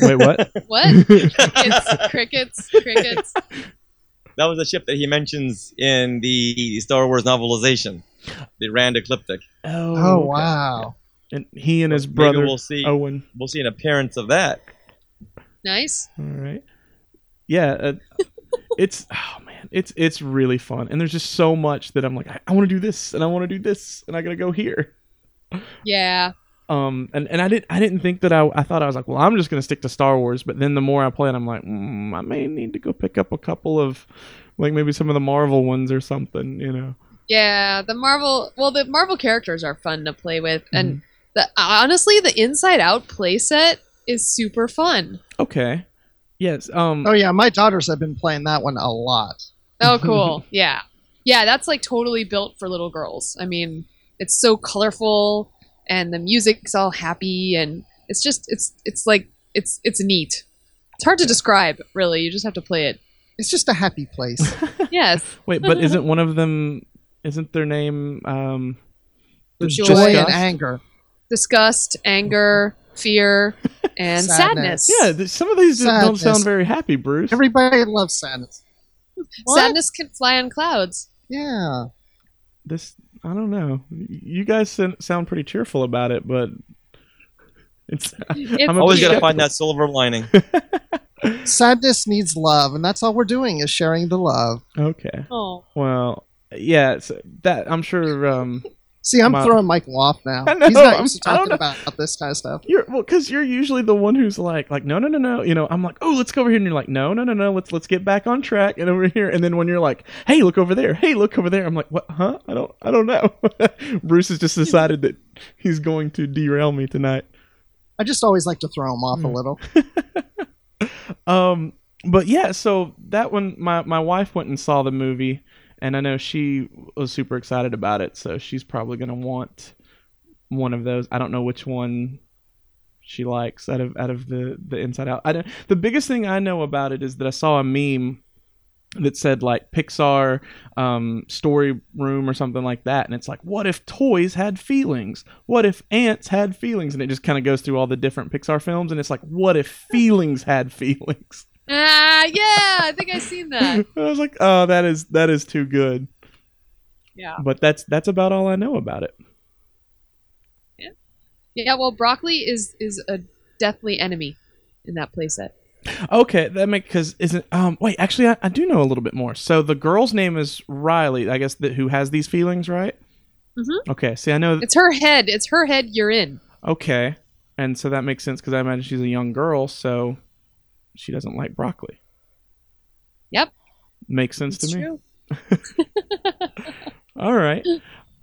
Wait, what? What? crickets, crickets, crickets. That was a ship that he mentions in the Star Wars novelization, the Rand Ecliptic. oh, Oh okay. wow. And he and his Maybe brother we'll see. Owen. We'll see an appearance of that. Nice. All right. Yeah, uh, it's oh man, it's it's really fun, and there's just so much that I'm like, I, I want to do this, and I want to do this, and I gotta go here. Yeah. Um, and, and I didn't I didn't think that I I thought I was like, well, I'm just gonna stick to Star Wars, but then the more I play it, I'm like, mm, I may need to go pick up a couple of, like maybe some of the Marvel ones or something, you know. Yeah, the Marvel. Well, the Marvel characters are fun to play with, and the honestly, the Inside Out playset is super fun. Okay. Yes. Um. Oh yeah, my daughters have been playing that one a lot. Oh, cool. yeah, yeah, that's like totally built for little girls. I mean, it's so colorful, and the music's all happy, and it's just it's it's like it's it's neat. It's hard to describe, really. You just have to play it. It's just a happy place. Yes, Wait, but isn't one of them? Isn't their name? Um. There's Joy. joy, and anger. disgust, anger, fear, and sadness. Sadness. Yeah, th- some of these don't Sadness. sound very happy, Bruce. Everybody loves sadness. sadness can fly on clouds. Yeah. this I don't know. You guys sen- sound pretty cheerful about it, but it's It's I'm a Always bit got to skeptical. find that silver lining. Sadness needs love, and that's all we're doing is sharing the love. okay. Oh, Well, yeah, it's, that I'm sure. Um, See, I'm Wow. throwing Michael off now. I know, He's not I'm- used to I don't talking about this kind of stuff. you're well because you're usually the one who's like, like, no, no, no, no. You know, I'm like, oh, let's go over here, and you're like, no, no, no, no. Let's let's get back on track and over here. And then when you're like, hey, look over there. Hey, look over there. I'm like, what? Huh? I don't, I don't know. Bruce has just decided that he's going to derail me tonight. I just always like to throw him off Hmm. a little. Um, but yeah, so that one, my my wife went and saw the movie, and I know she was super excited about it. So she's probably gonna want one of those. I don't know which one she likes out of out of the the Inside Out. I don't, the biggest thing I know about it is that I saw a meme that said like Pixar um, story room or something like that, and it's like, what if toys had feelings? What if ants had feelings? And it just kind of goes through all the different Pixar films, and it's like, what if feelings had feelings? ah, yeah. I think I've seen that. I was like, oh, that is that is too good. Yeah. But that's that's about all I know about it. Yeah. Well, broccoli is is a deathly enemy in that playset. Okay, that makes because isn't um wait actually I, I do know a little bit more. So the girl's name is Riley, I guess that who has these feelings, right? Mhm. Okay, see, I know. It's her head. It's her head. You're in. Okay, and so that makes sense because I imagine she's a young girl, so she doesn't like broccoli. Yep. Makes sense It's to me. true. All right.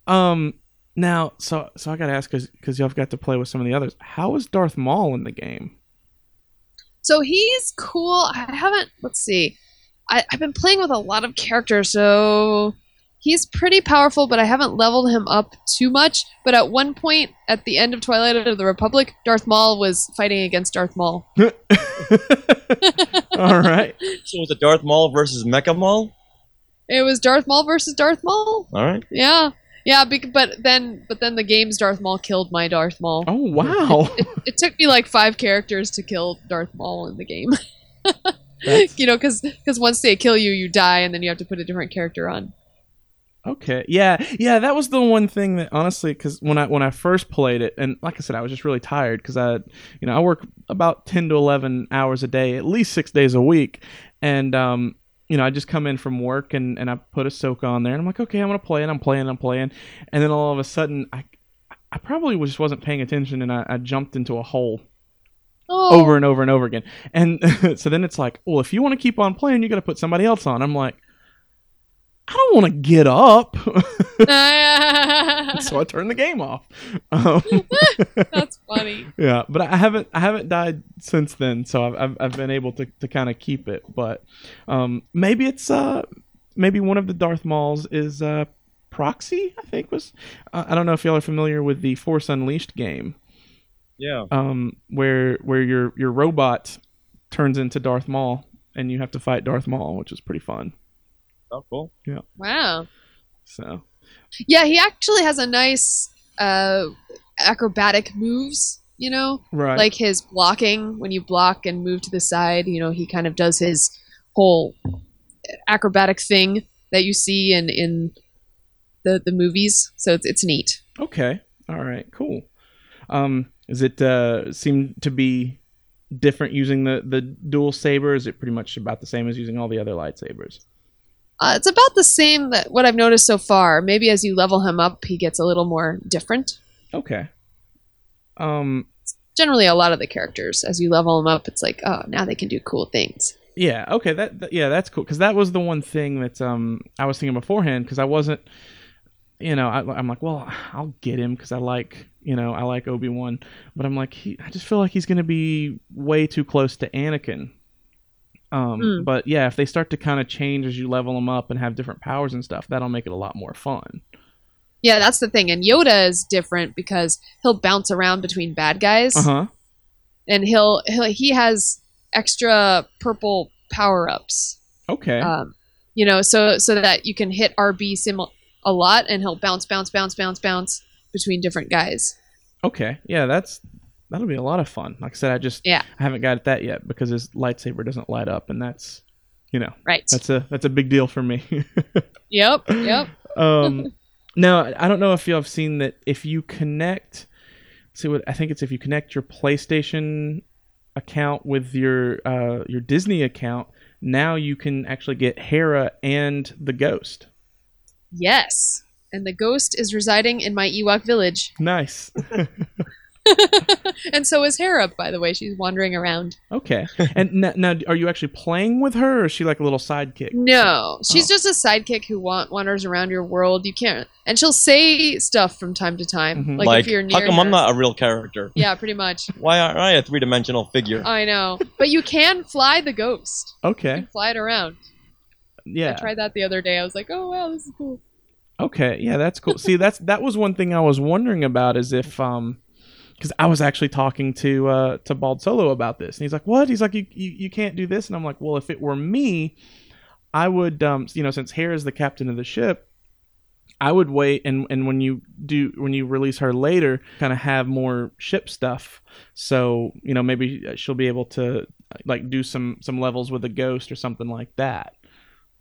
Um. Now, so so I gotta ask because because y'all have got to play with some of the others. How is Darth Maul in the game? So he's cool. I haven't. Let's see. I, I've been playing with a lot of characters, so he's pretty powerful, but I haven't leveled him up too much. But at one point, at the end of Twilight of the Republic, Darth Maul was fighting against Darth Maul. All right. So was it Darth Maul versus Mecha Maul? It was Darth Maul versus Darth Maul. All right. Yeah, yeah. Bec- but then, but then the game's Darth Maul killed my Darth Maul. Oh wow. It, it took me like five characters to kill Darth Maul in the game. That's- you know, because once they kill you, you die, and then you have to put a different character on. Okay. Yeah. Yeah. That was the one thing that honestly, because when I when I first played it, and like I said, I was just really tired because I, you know, I work about ten to eleven hours a day, at least six days a week, and um, you know, I just come in from work and and I put Ahsoka on there, and I'm like, okay, I'm gonna play it, I'm playing, I'm playing, and then all of a sudden, I, I probably was just wasn't paying attention, and I, I jumped into a hole Oh, over and over and over again. And so then it's like, well, if you want to keep on playing, you got to put somebody else on. I'm like, I don't want to get up, so I turned the game off. Um, that's funny. yeah, but I haven't I haven't died since then, so I've I've, I've been able to, to kind of keep it. But um, maybe it's uh maybe one of the Darth Mauls is uh proxy. I think was uh, I don't know if y'all are familiar with the Force Unleashed game. Yeah. um, where where your your robot turns into Darth Maul and you have to fight Darth Maul, which is pretty fun. Oh, cool. Wow. So Yeah, he actually has a nice uh, acrobatic moves. You know, right, like his blocking when you block and move to the side. You know, he kind of does his whole acrobatic thing that you see in in the the movies. So it's it's neat. okay, all right, cool. Um, is it uh, seem to be different using the the dual saber? Is it pretty much about the same as using all the other lightsabers? Uh, it's about the same that what I've noticed so far. Maybe as you level him up, he gets a little more different. Okay. Um, Generally, a lot of the characters, as you level them up, it's like, oh, now they can do cool things. Yeah. Okay. That, that- yeah, that's cool because that was the one thing that um I was thinking beforehand because I wasn't, you know, I, I'm like, well, I'll get him because I like, you know, I like Obi Wan, but I'm like, he, I just feel like he's gonna be way too close to Anakin. Um, Hmm. but yeah, if they start to kind of change as you level them up and have different powers and stuff, that'll make it a lot more fun. Yeah, that's the thing. And Yoda is different because he'll bounce around between bad guys, Uh huh. and he'll, he'll he has extra purple power ups. Okay. Um, you know, so so that you can hit RB sim a lot, and he'll bounce, bounce, bounce, bounce, bounce between different guys. Okay. Yeah, that's that'll be a lot of fun. Like I said, I just Yeah. I haven't got at that yet because his lightsaber doesn't light up, and that's you know Right. that's a that's a big deal for me. yep. Yep. um, now I don't know if y'all have seen that if you connect, let's see what I think it's if you connect your PlayStation account with your uh, your Disney account, now you can actually get Hera and the Ghost. Yes. And the ghost is residing in my Ewok village, Nice. and so is Hera. By the way, she's wandering around. Okay. and now, now, are you actually playing with her, or is she like a little sidekick? Mm-hmm. No, she's Oh. just a sidekick who wan- wanders around your world. You can't, and she'll say stuff from time to time, Mhm. like, Like, if you're near. how come her. I'm not a real character? Yeah, pretty much. Why aren't I a three dimensional figure? I know, but you can fly the ghost. You Okay. can fly it around. I Yeah. tried that the other day. I was like, oh wow, this is cool. Okay, yeah, that's cool. See, that's that was one thing I was wondering about is if um because I was actually talking to uh to Bald Solo about this, and he's like, "What?" He's like, "You you, you can't do this," and I'm like, "Well, if it were me, I would um you know since Hera is the captain of the ship." I would wait and, and when you do when you release her later, kind of have more ship stuff. So you know maybe uh, she'll be able to uh, like do some some levels with a ghost or something like that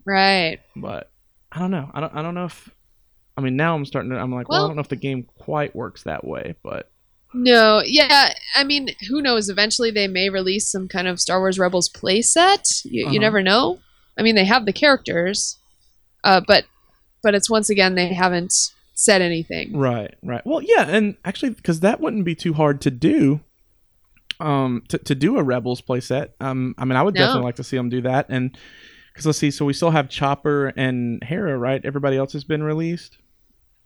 Right. but I don't know. I don't. I don't know if. I mean, now I'm starting to. I'm like, well, I Well- don't know if the game quite works that way, but No, yeah. I mean, who knows? Eventually, they may release some kind of Star Wars Rebels playset. You, Uh-huh. you never know. I mean, they have the characters, uh, but but it's once again they haven't said anything. right, right. Well, yeah, and actually, because that wouldn't be too hard to do. Um, to, to do a Rebels playset. Um, I mean, I would No. definitely like to see them do that, and because let's see, so we still have Chopper and Hera, right? Everybody else has been released.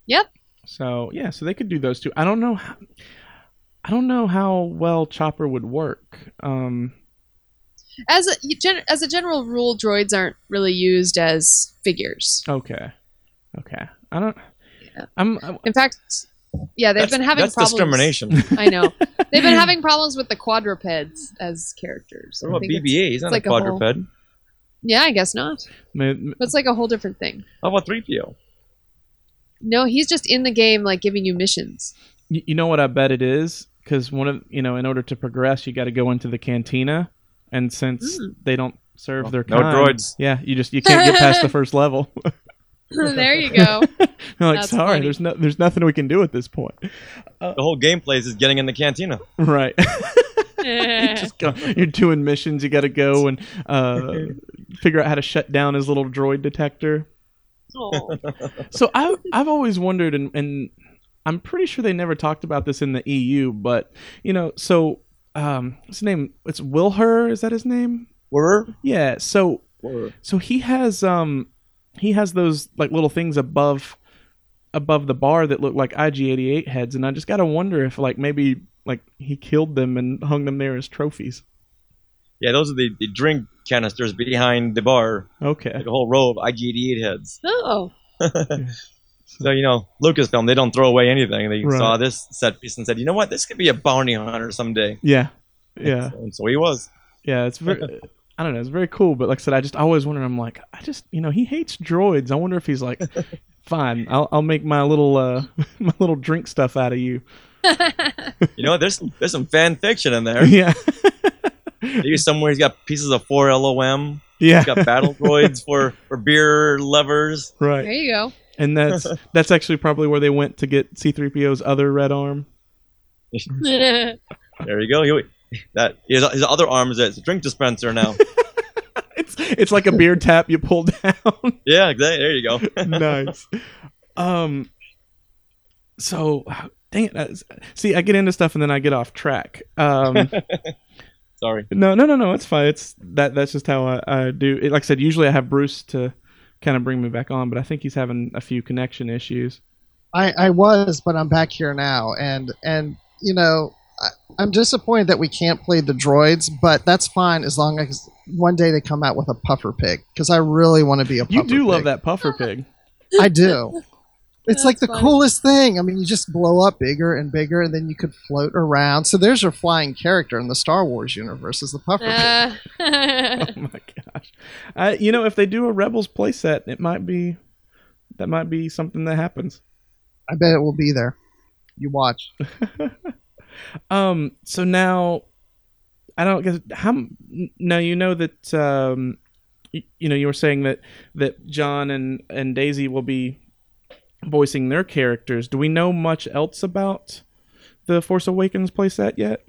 Yep. So yeah, so they could do those two. I don't know. How, I don't know how well Chopper would work. Um, As a you gen- as a general rule, droids aren't really used as figures. Okay. Okay. I don't. Yeah. I'm. I, In fact, yeah, they've That's- been having that's problems. discrimination. what I know they've been having problems with the quadrupeds as characters. I about think it's- BBA? He's not like a a whole- quadruped. Yeah, I guess not. ma- ma- But it's like a whole different thing. How about 3PO? No, he's just in the game, like giving you missions. y- you know what I bet it is because one of you know in order to progress you got to go into the cantina, and since Hmm. they don't serve Well, their no kind, droids. Yeah, you just you can't get past the first level. there you go. You're like, That's sorry, funny. there's no, there's nothing we can do at this point. Uh, The whole gameplay is getting in the cantina. Right. You just go- you're doing missions. You got to go and uh, figure out how to shut down his little droid detector. Oh. so I, I've always wondered, and, and I'm pretty sure they never talked about this in the EU, but you know, so um, what's his name? It's Wilher. Is that his name? Were? Yeah. So Were. so he has um he has those like little things above above the bar that look like IG88 heads, and I just gotta wonder if like maybe like he killed them and hung them there as trophies. Yeah, those are the, the drink canisters behind the bar. Okay. Like a whole row of IG-88 heads. Oh. So you know, Lucasfilm, they don't throw away anything. They Right. saw this set piece and said, you know what, this could be a bounty hunter someday. Yeah. Yeah. And so he was. Yeah, it's very. I don't know. It's very cool, but like I said, I just always wonder. I'm like, I just, you know, he hates droids. I wonder if he's like, fine, I'll, I'll make my little, uh, my little drink stuff out of you. You know, there's some, there's some fan fiction in there. Yeah, Maybe somewhere he's got pieces of four LOM. yeah, He's got battle droids for for beer lovers. right. There you go. And that's that's actually probably where they went to get C-3PO's other red arm. There you go. He, that his, his other arm is a it's a drink dispenser now. It's it's like a beer tap you pull down. yeah, exactly. There you go. nice. Um. So, dang it. I- See, I get into stuff and then I get off track. Um. Sorry. No, no, no, no. It's fine. It's that. That's just how I, I do. It, like I said, usually I have Bruce to kind of bring me back on, but I think he's having a few connection issues. I, I was, but I'm back here now, and and you know, I, I'm disappointed that we can't play the droids, but that's fine as long as one day they come out with a puffer pig because I really want to be a. Puffer You do love pig. that puffer pig. I do. It's like the That's funny. coolest thing. I mean, you just blow up bigger and bigger, and then you could float around. So there's your flying character in the Star Wars universe is the puffer pig. Uh, Oh my gosh! I, you know, if they do a Rebels playset, it might be that might be something that happens. I bet it will be there. You watch. Um. So now, I don't guess how. m- Now you know that. Um. y- You know, you were saying that that John and and Daisy will be voicing their characters. Do we know much else about the Force Awakens playset yet?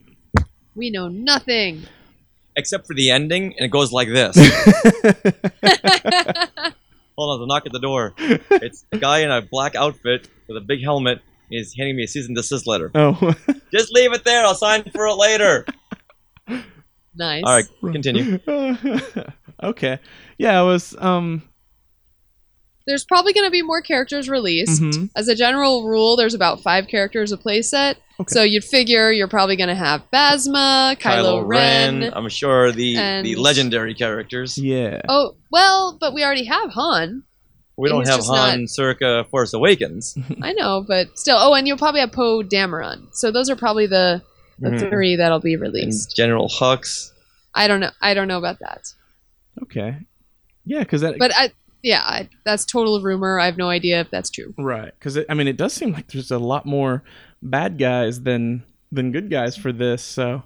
we know nothing. Except for the ending, and it goes like this. Hold on, there's a knock at the door. It's a guy in a black outfit with a big helmet. He's handing me a cease and desist letter. Oh, Just leave it there. I'll sign for it later. Nice. All right, continue. okay. Yeah, I was. Um. There's probably going to be more characters Mm-hmm. released. mhm. As a general rule, there's about five characters a playset. Okay. So you'd figure you're probably going to have Phasma, Kylo, Ren. I'm sure the the and- legendary characters. Yeah. Oh, well, but we already have Han. We don't He's have just Han circa Force Awakens. I know, but still. Oh, and you'll probably have Poe Dameron. So those are probably the, the Mhm. three that'll be And released. General Hux. I don't know. I don't know about that. Okay. Yeah, because that. But I, yeah, I, that's total rumor. I have no idea if that's true. Right, because I mean, it does seem like there's a lot more bad guys than than good guys for this. So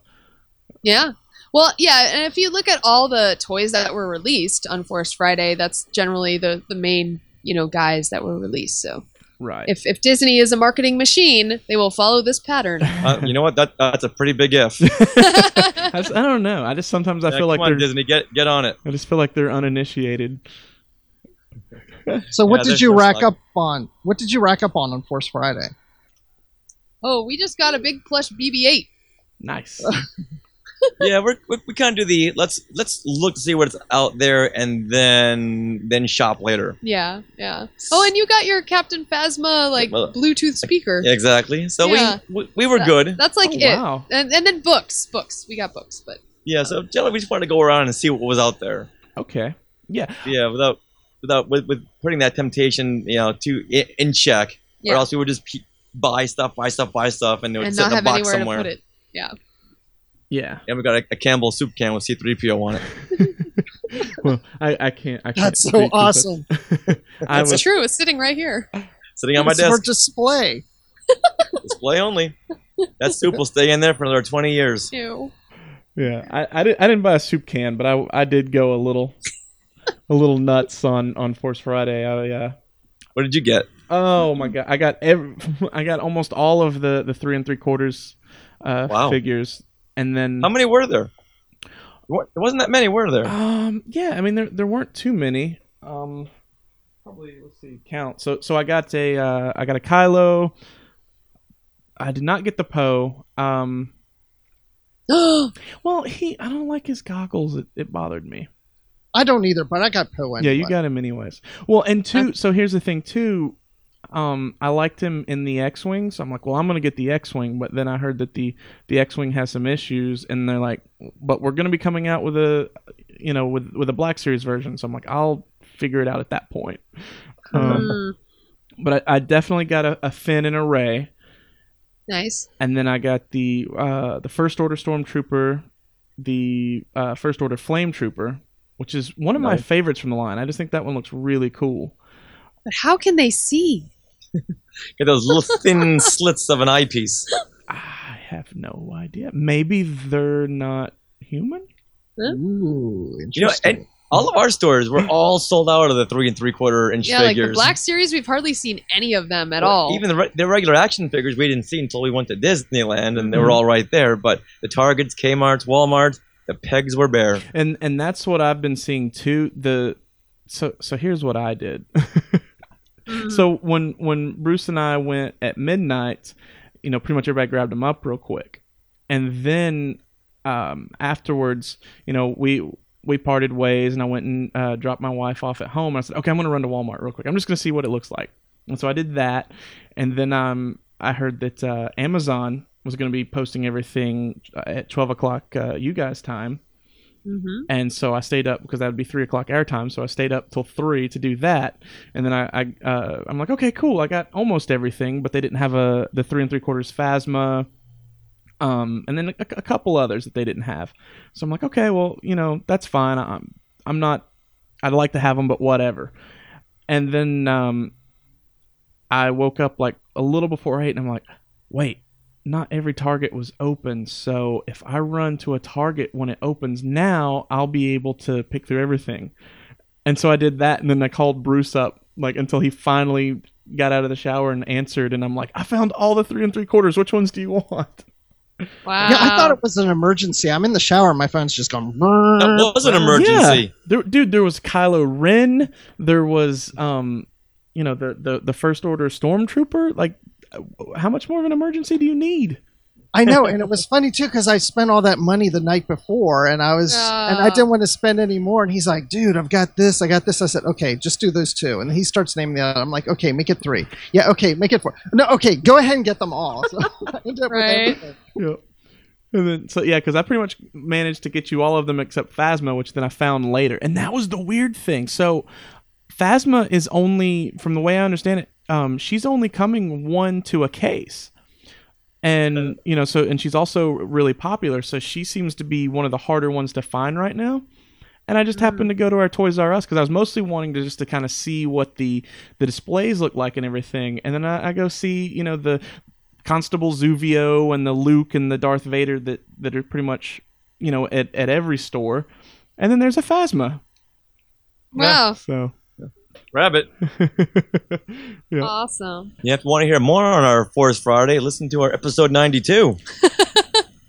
Yeah. Well, yeah, and if you look at all the toys that were released on Forest Friday, that's generally the the main you know guys that were released. So right, if if Disney is a marketing machine, they will follow this pattern. Uh, you know what? That that's a pretty big if. I, just- I don't know. I just sometimes I Yeah, feel like come on, they're Disney, get get on it. I just feel like they're uninitiated. So what Yeah, did there's you no rack slug. up on? What did you rack up on on Force Friday? oh, we just got a big plush BB-8. Nice. yeah, we're, we we kind of do the let's let's look to see what's out there and then then shop later. Yeah, yeah. Oh, and you got your Captain Phasma like Well, Bluetooth speaker. Exactly. So Yeah. we, we we were good. That's like Oh, it. wow. And and then books, books. We got books, but Yeah. So generally, we just wanted to go around and see what was out there. Okay. Yeah. Yeah, without without with, with putting that temptation, you know, to i- in check, Yeah. or else we would just pe- buy stuff, buy stuff, buy stuff, and it would and sit not in a have box anywhere somewhere. to put it. Yeah. Yeah. And we got a, a Campbell soup can with C-3PO on it. Well, I, I can't. I can't That's speak so to- awesome. I It's was. true. It's sitting right here. sitting on my It's for desk, display. display only. That soup will stay in there for another 20 years. Ew. Yeah. I, I didn't. I didn't buy a soup can, but I I did go a little, a little nuts on on Force Friday. I uh, What did you get? Oh my god! I got every, I got almost all of the the three and three quarters uh, Wow. figures, and then How many were there? What, there wasn't that many, were there? Uh, um yeah, I mean there there weren't too many. Um, probably let's see count. So so I got a uh, I got a Kylo. I did not get the Poe. Um, Hmm. well he I don't like his goggles. It, it bothered me. I don't either, but I got Poe. Yeah, Anyway. you got him anyways. Well, and two. So here's the thing too. Um, I liked him in the X-wing, so I'm like, well, I'm gonna get the X-wing. But then I heard that the the X-wing has some issues, and they're like, but we're gonna be coming out with a, you know, with with a Black Series version. So I'm like, I'll figure it out at that point. Um, Mm. But I, I definitely got a, a Finn and a Ray, Nice. and then I got the uh, the First Order Stormtrooper, the uh, First Order Flame Trooper, which is one of my Nice. favorites from the line. I just think that one looks really cool. But how can they see? Get those little thin slits of an eyepiece. I have no idea. Maybe they're not human. Ooh, You know, interesting. and all of our stores were all sold out of the three and three quarter inch Yeah, like figures. the Black Series, we've hardly seen any of them at Or all. Even the, re- the regular action figures we didn't see until we went to Disneyland, and they Mm-hmm. were all right there. But the Targets, Kmart's, Walmart's, the pegs were bare. and and that's what I've been seeing too. The so so here's what I did. Mhm. so when when Bruce and I went at midnight, you know, pretty much everybody grabbed them up real quick, and then um, afterwards, you know, we we parted ways, and I went and uh, dropped my wife off at home. And I said, okay, I'm gonna run to Walmart real quick. I'm just gonna see what it looks like. And so I did that, and then um, I heard that uh, Amazon was gonna be posting everything uh, at 12 o'clock uh, you guys time. Mhm. And so I stayed up because that would be three o'clock air time. So I stayed up till three to do that. And then I, I uh, I'm like, okay, cool. I got almost everything, but they didn't have a the three and three quarters phasma, um, and then a, a couple others that they didn't have. So I'm like, okay, well, you know, that's fine. I'm I'm not. I'd like to have them, but whatever. And then um, I woke up like a little before eight, and I'm like, wait, not every target was open. So if I run to a target when it opens now, I'll be able to pick through everything. And so I did that, and then I called Bruce up like until he finally got out of the shower and answered. And I'm like, I found all the three and three quarters. Which ones do you want? Wow. yeah, I thought it was an emergency. I'm in the shower. My phone's just gone. That Uh, was an emergency. There, dude, there was Kylo Ren. There was um, you know the the the first order stormtrooper. Like, uh, how much more of an emergency do you need? I know, and it was funny too because I spent all that money the night before, and I was and I Ah. didn't want to spend any more. And he's like, "Dude, I've got this, I got this." I said, "Okay, just do those two. And he starts naming the other. I'm like, "Okay, make it three. Yeah, okay, make it four. No, okay, go ahead and get them all." So I ended up with Right. everything. Yeah. And then so yeah, because I pretty much managed to get you all of them except Phasma, which then I found later, and that was the weird thing. So Phasma is only, from the way I understand it, um, she's only coming one to a case, and you know, so and she's also really popular, so she seems to be one of the harder ones to find right now. And I just happened to go to our Toys R Us because I was mostly wanting to just to kind of see what the the displays look like and everything, and then I, I go see you know the Constable Zuvio and the Luke and the Darth Vader that that are pretty much you know at, at every store, and then there's a Phasma. wow. So Rabbit. yeah. Awesome. Yeah, if you want to hear more on our Forest Friday, listen to our episode 92.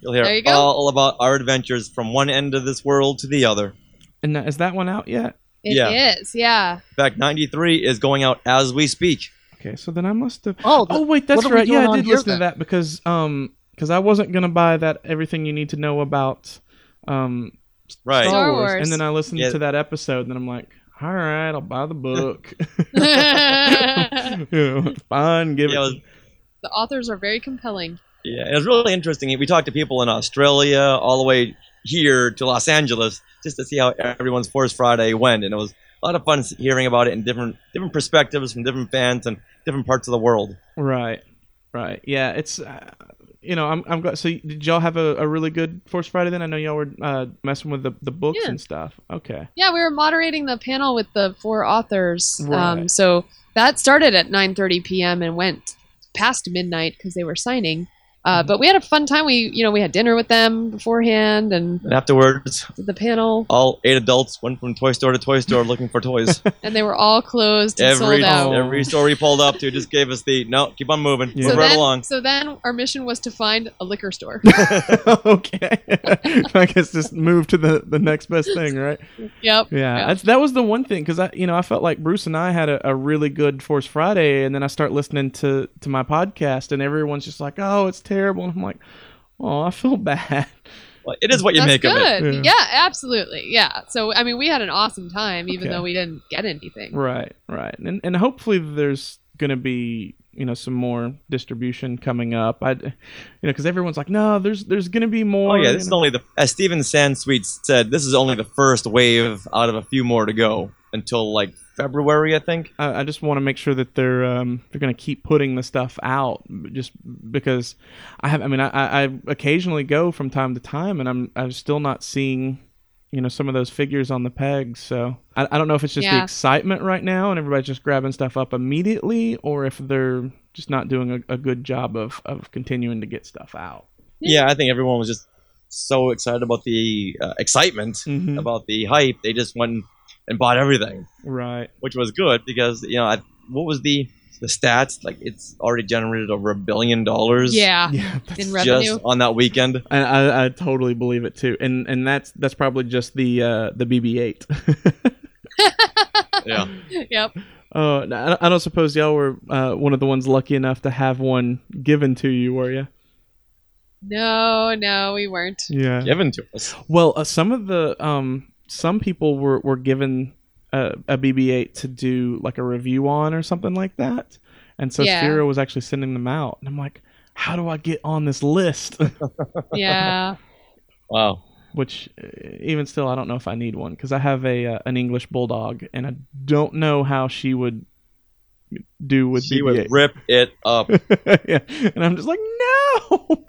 You'll hear There you go. all about our adventures from one end of this world to the other. And that- is that one out yet? It is. Yeah. yeah. In fact, 93 is going out as we speak. Okay, so then I must have. Oh, Oh th- wait, that's what are we right. doing Yeah, I on did here listen to then? that because um because I wasn't gonna buy that everything you need to know about um Right. Star, Star Wars. Wars. and then I listened Yeah. to that episode and then I'm like, all right, I'll buy the book. Yeah, Fine, give Yeah, it. it was- The authors are very compelling. Yeah, it was really interesting. We talked to people in Australia, all the way here to Los Angeles, just to see how everyone's Force Friday went, and it was a lot of fun hearing about it in different different perspectives from different fans and different parts of the world. Right, right. Yeah, it's uh, you know I'm I'm glad. So y- did y'all have a, a really good Force Friday then? I know y'all were uh, messing with the the books Yeah. and stuff. Okay. Yeah, we were moderating the panel with the four authors. Um, Right. so that started at 9:30 p.m. and went past midnight because they were signing. Uh, Mm-hmm. But we had a fun time. We, you know, we had dinner with them beforehand and And afterwards, did the panel, all eight adults went from toy store to toy store looking for toys. and they were all closed and every sold out. Oh, every store we pulled up to just gave us the no, keep on moving, Yeah. move So right then, along. so then our mission was to find a liquor store. okay. I guess just move to the the next best thing, right? yep. Yeah, That's, that was the one thing because I, you know, I felt like Bruce and I had a, a really good Force Friday, and then I start listening to to my podcast, and everyone's just like, "Oh, it's terrible," and I'm like, "Oh, I feel bad." Well, it is what you That's make of it. good. Yeah. Yeah. absolutely. Yeah. So I mean, we had an awesome time, even Okay. though we didn't get anything. Right, right, and and hopefully there's gonna be you know some more distribution coming up. I, you know, because everyone's like, no, there's there's gonna be more. Oh yeah, this you is know. only the as Steven Sansweet said, this is only the first wave out of a few more to go until like February, I think. I, I just want to make sure that they're um, they're going to keep putting the stuff out, just because I have. I mean, I- I, I occasionally go from time to time, and I'm I'm still not seeing, you know, some of those figures on the pegs. So I, I don't know if it's just the Yeah. excitement right now, and everybody's just grabbing stuff up immediately, or if they're just not doing a, a good job of of continuing to get stuff out. Yeah, I think everyone was just so excited about the uh, excitement, Mm-hmm. Mhm. about the hype. They just went and bought everything, Right. which was good because you know I, what was the the stats? Like it's already generated over a billion dollars. Yeah. Yeah. Ah, In Just revenue. on that weekend. And I, I totally believe it too, and and that's that's probably just the uh, the BB-8. Yeah. yep. Oh, no, I- I don't suppose y'all were uh, one of the ones lucky enough to have one given to you, were you? No, no, we weren't. Yeah. given to us. Well, uh, some of the um, some people were were given a, a BB-8 to do like a review on or something like that, and so Yeah. Sphero was actually sending them out, and I'm like, how do I get on this list? Yeah. Wow. Which uh, even still, I don't know if I need one because I have a uh, an English bulldog, and I don't know how she would do with She BB-8. would rip it up. yeah. And I'm just like, no.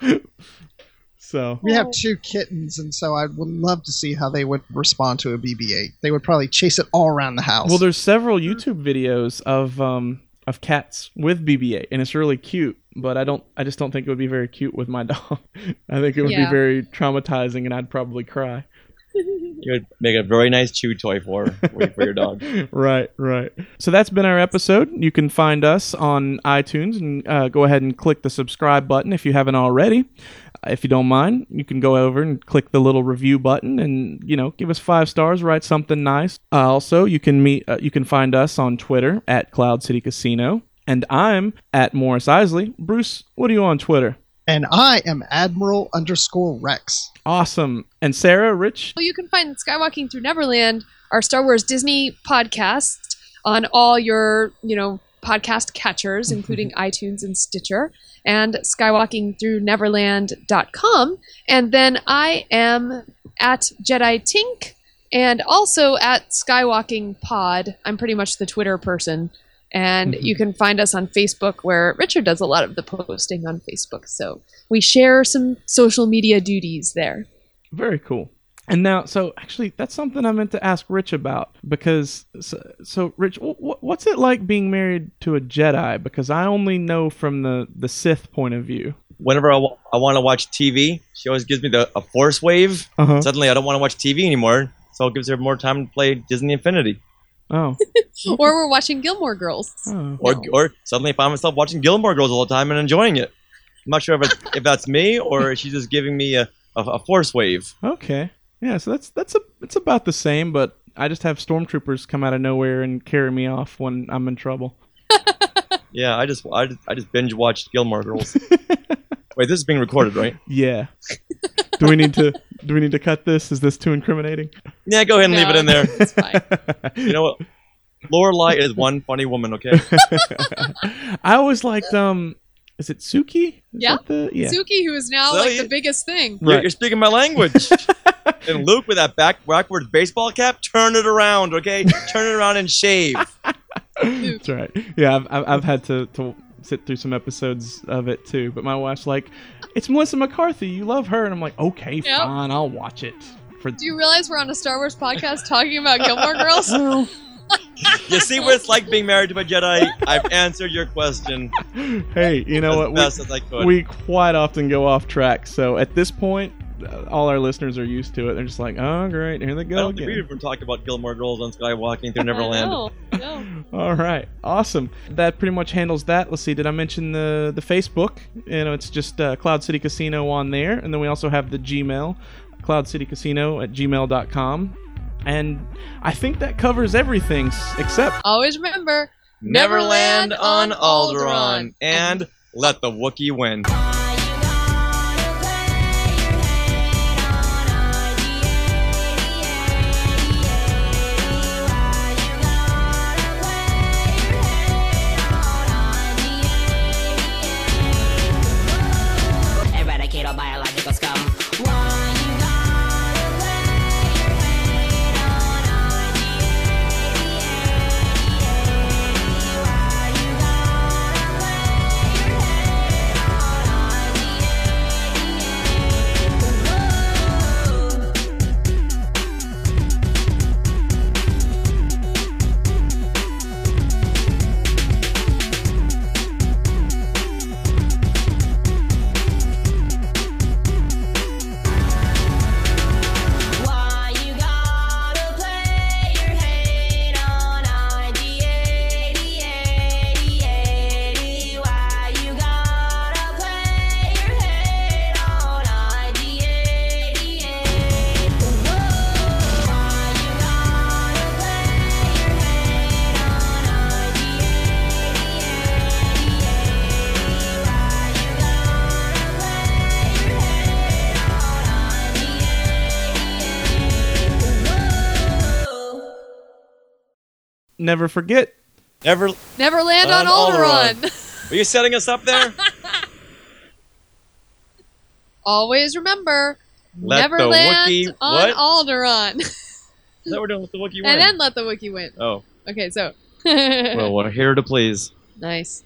so We have two kittens, and so I would love to see how they would respond to a BB-8. They would probably chase it all around the house. well, there's several YouTube videos of um of cats with BB-8, and it's really cute. But I don't, I just don't think it would be very cute with my dog. I think it would be Yeah. very traumatizing, and I'd probably cry. You would make a very nice chew toy for for your dog. Right, right. So that's been our episode. You can find us on iTunes and uh, go ahead and click the subscribe button if you haven't already. Uh, If you don't mind, you can go over and click the little review button and you know give us five stars, write something nice. Uh, also, you can meet, uh, you can find us on Twitter at Cloud City Casino, and I'm at Morris Isley. Bruce, what are you on Twitter? and I am Admiral underscore Rex. Awesome. And Sarah, Rich, Well, you can find Skywalking Through Neverland, our Star Wars Disney podcast, on all your, you know, podcast catchers, including iTunes and Stitcher, and skywalkingthrough.neverland.com. And then I am at Jedi Tink and also at Skywalking Pod. I'm pretty much the Twitter person. And you can find us on Facebook, where Richard does a lot of the posting on Facebook. So we share some social media duties there. Very cool. And now, so actually, that's something I meant to ask Rich about because, so, so Rich, w- what's it like being married to a Jedi? Because I only know from the the Sith point of view. Whenever I want to watch TV, she always gives me the a force wave. Uh huh. Suddenly, I don't want to watch TV anymore, so it gives her more time to play Disney Infinity. Oh. or we're watching Gilmore Girls. oh. Or, or suddenly, I find myself watching Gilmore Girls all the time and enjoying it. I'm not sure if, it's, if that's me or she's just giving me a, a, a force wave. Okay. Yeah. So that's that's a it's about the same, but I just have stormtroopers come out of nowhere and carry me off when I'm in trouble. Yeah, I just I just, I just binge watched Gilmore Girls. Wait, this is being recorded, right? Yeah. do we need to do we need to cut this? Is this too incriminating? Yeah, go ahead and leave it No, in there. It's fine. You know what? Lorelai is one funny woman. Okay. I always liked um, is it Suki? Is Yeah. that the- yeah. Suki, who is now Well, like yeah. the biggest thing. You're- Right. You're, speaking my language. and Luke with that back backwards baseball cap, turn it around, okay? Turn it around and shave. That's right. Yeah, I've, I've, I've had to, to sit through some episodes of it too. But my wife's like, it's Melissa McCarthy. You love her. And I'm like, okay, Yeah. fine. I'll watch it. For Do you realize we're on a Star Wars podcast talking about Gilmore Girls? You see what it's like being married to a Jedi? I've answered your question Hey, you know as what? best We, as I could. we quite often go off track. So at this point, uh, all our listeners are used to it. They're just like, oh, great. Here they I go don't think we've again. even talked about Gilmore Girls on Skywalking Through I Neverland. know, I know. All right. Awesome. That pretty much handles that. Let's see. Did I mention the, the Facebook? You know, it's just uh, Cloud City Casino on there. And then we also have the Gmail, cloudcitycasino at gmail.com. And I think that covers everything s- except. Always remember. Neverland Neverland on on Alderaan. Alderaan. And let the Wookiee win. Eradicate all biological scum. never forget. Never. Never land on, On Alderaan. Were you setting us up there? Always remember, Let never the land Wookiee- on what? Alderaan. Is that we're doing with the Wookiee and win? then let the wiki win. Oh, Okay, so. well, we're here to please. nice.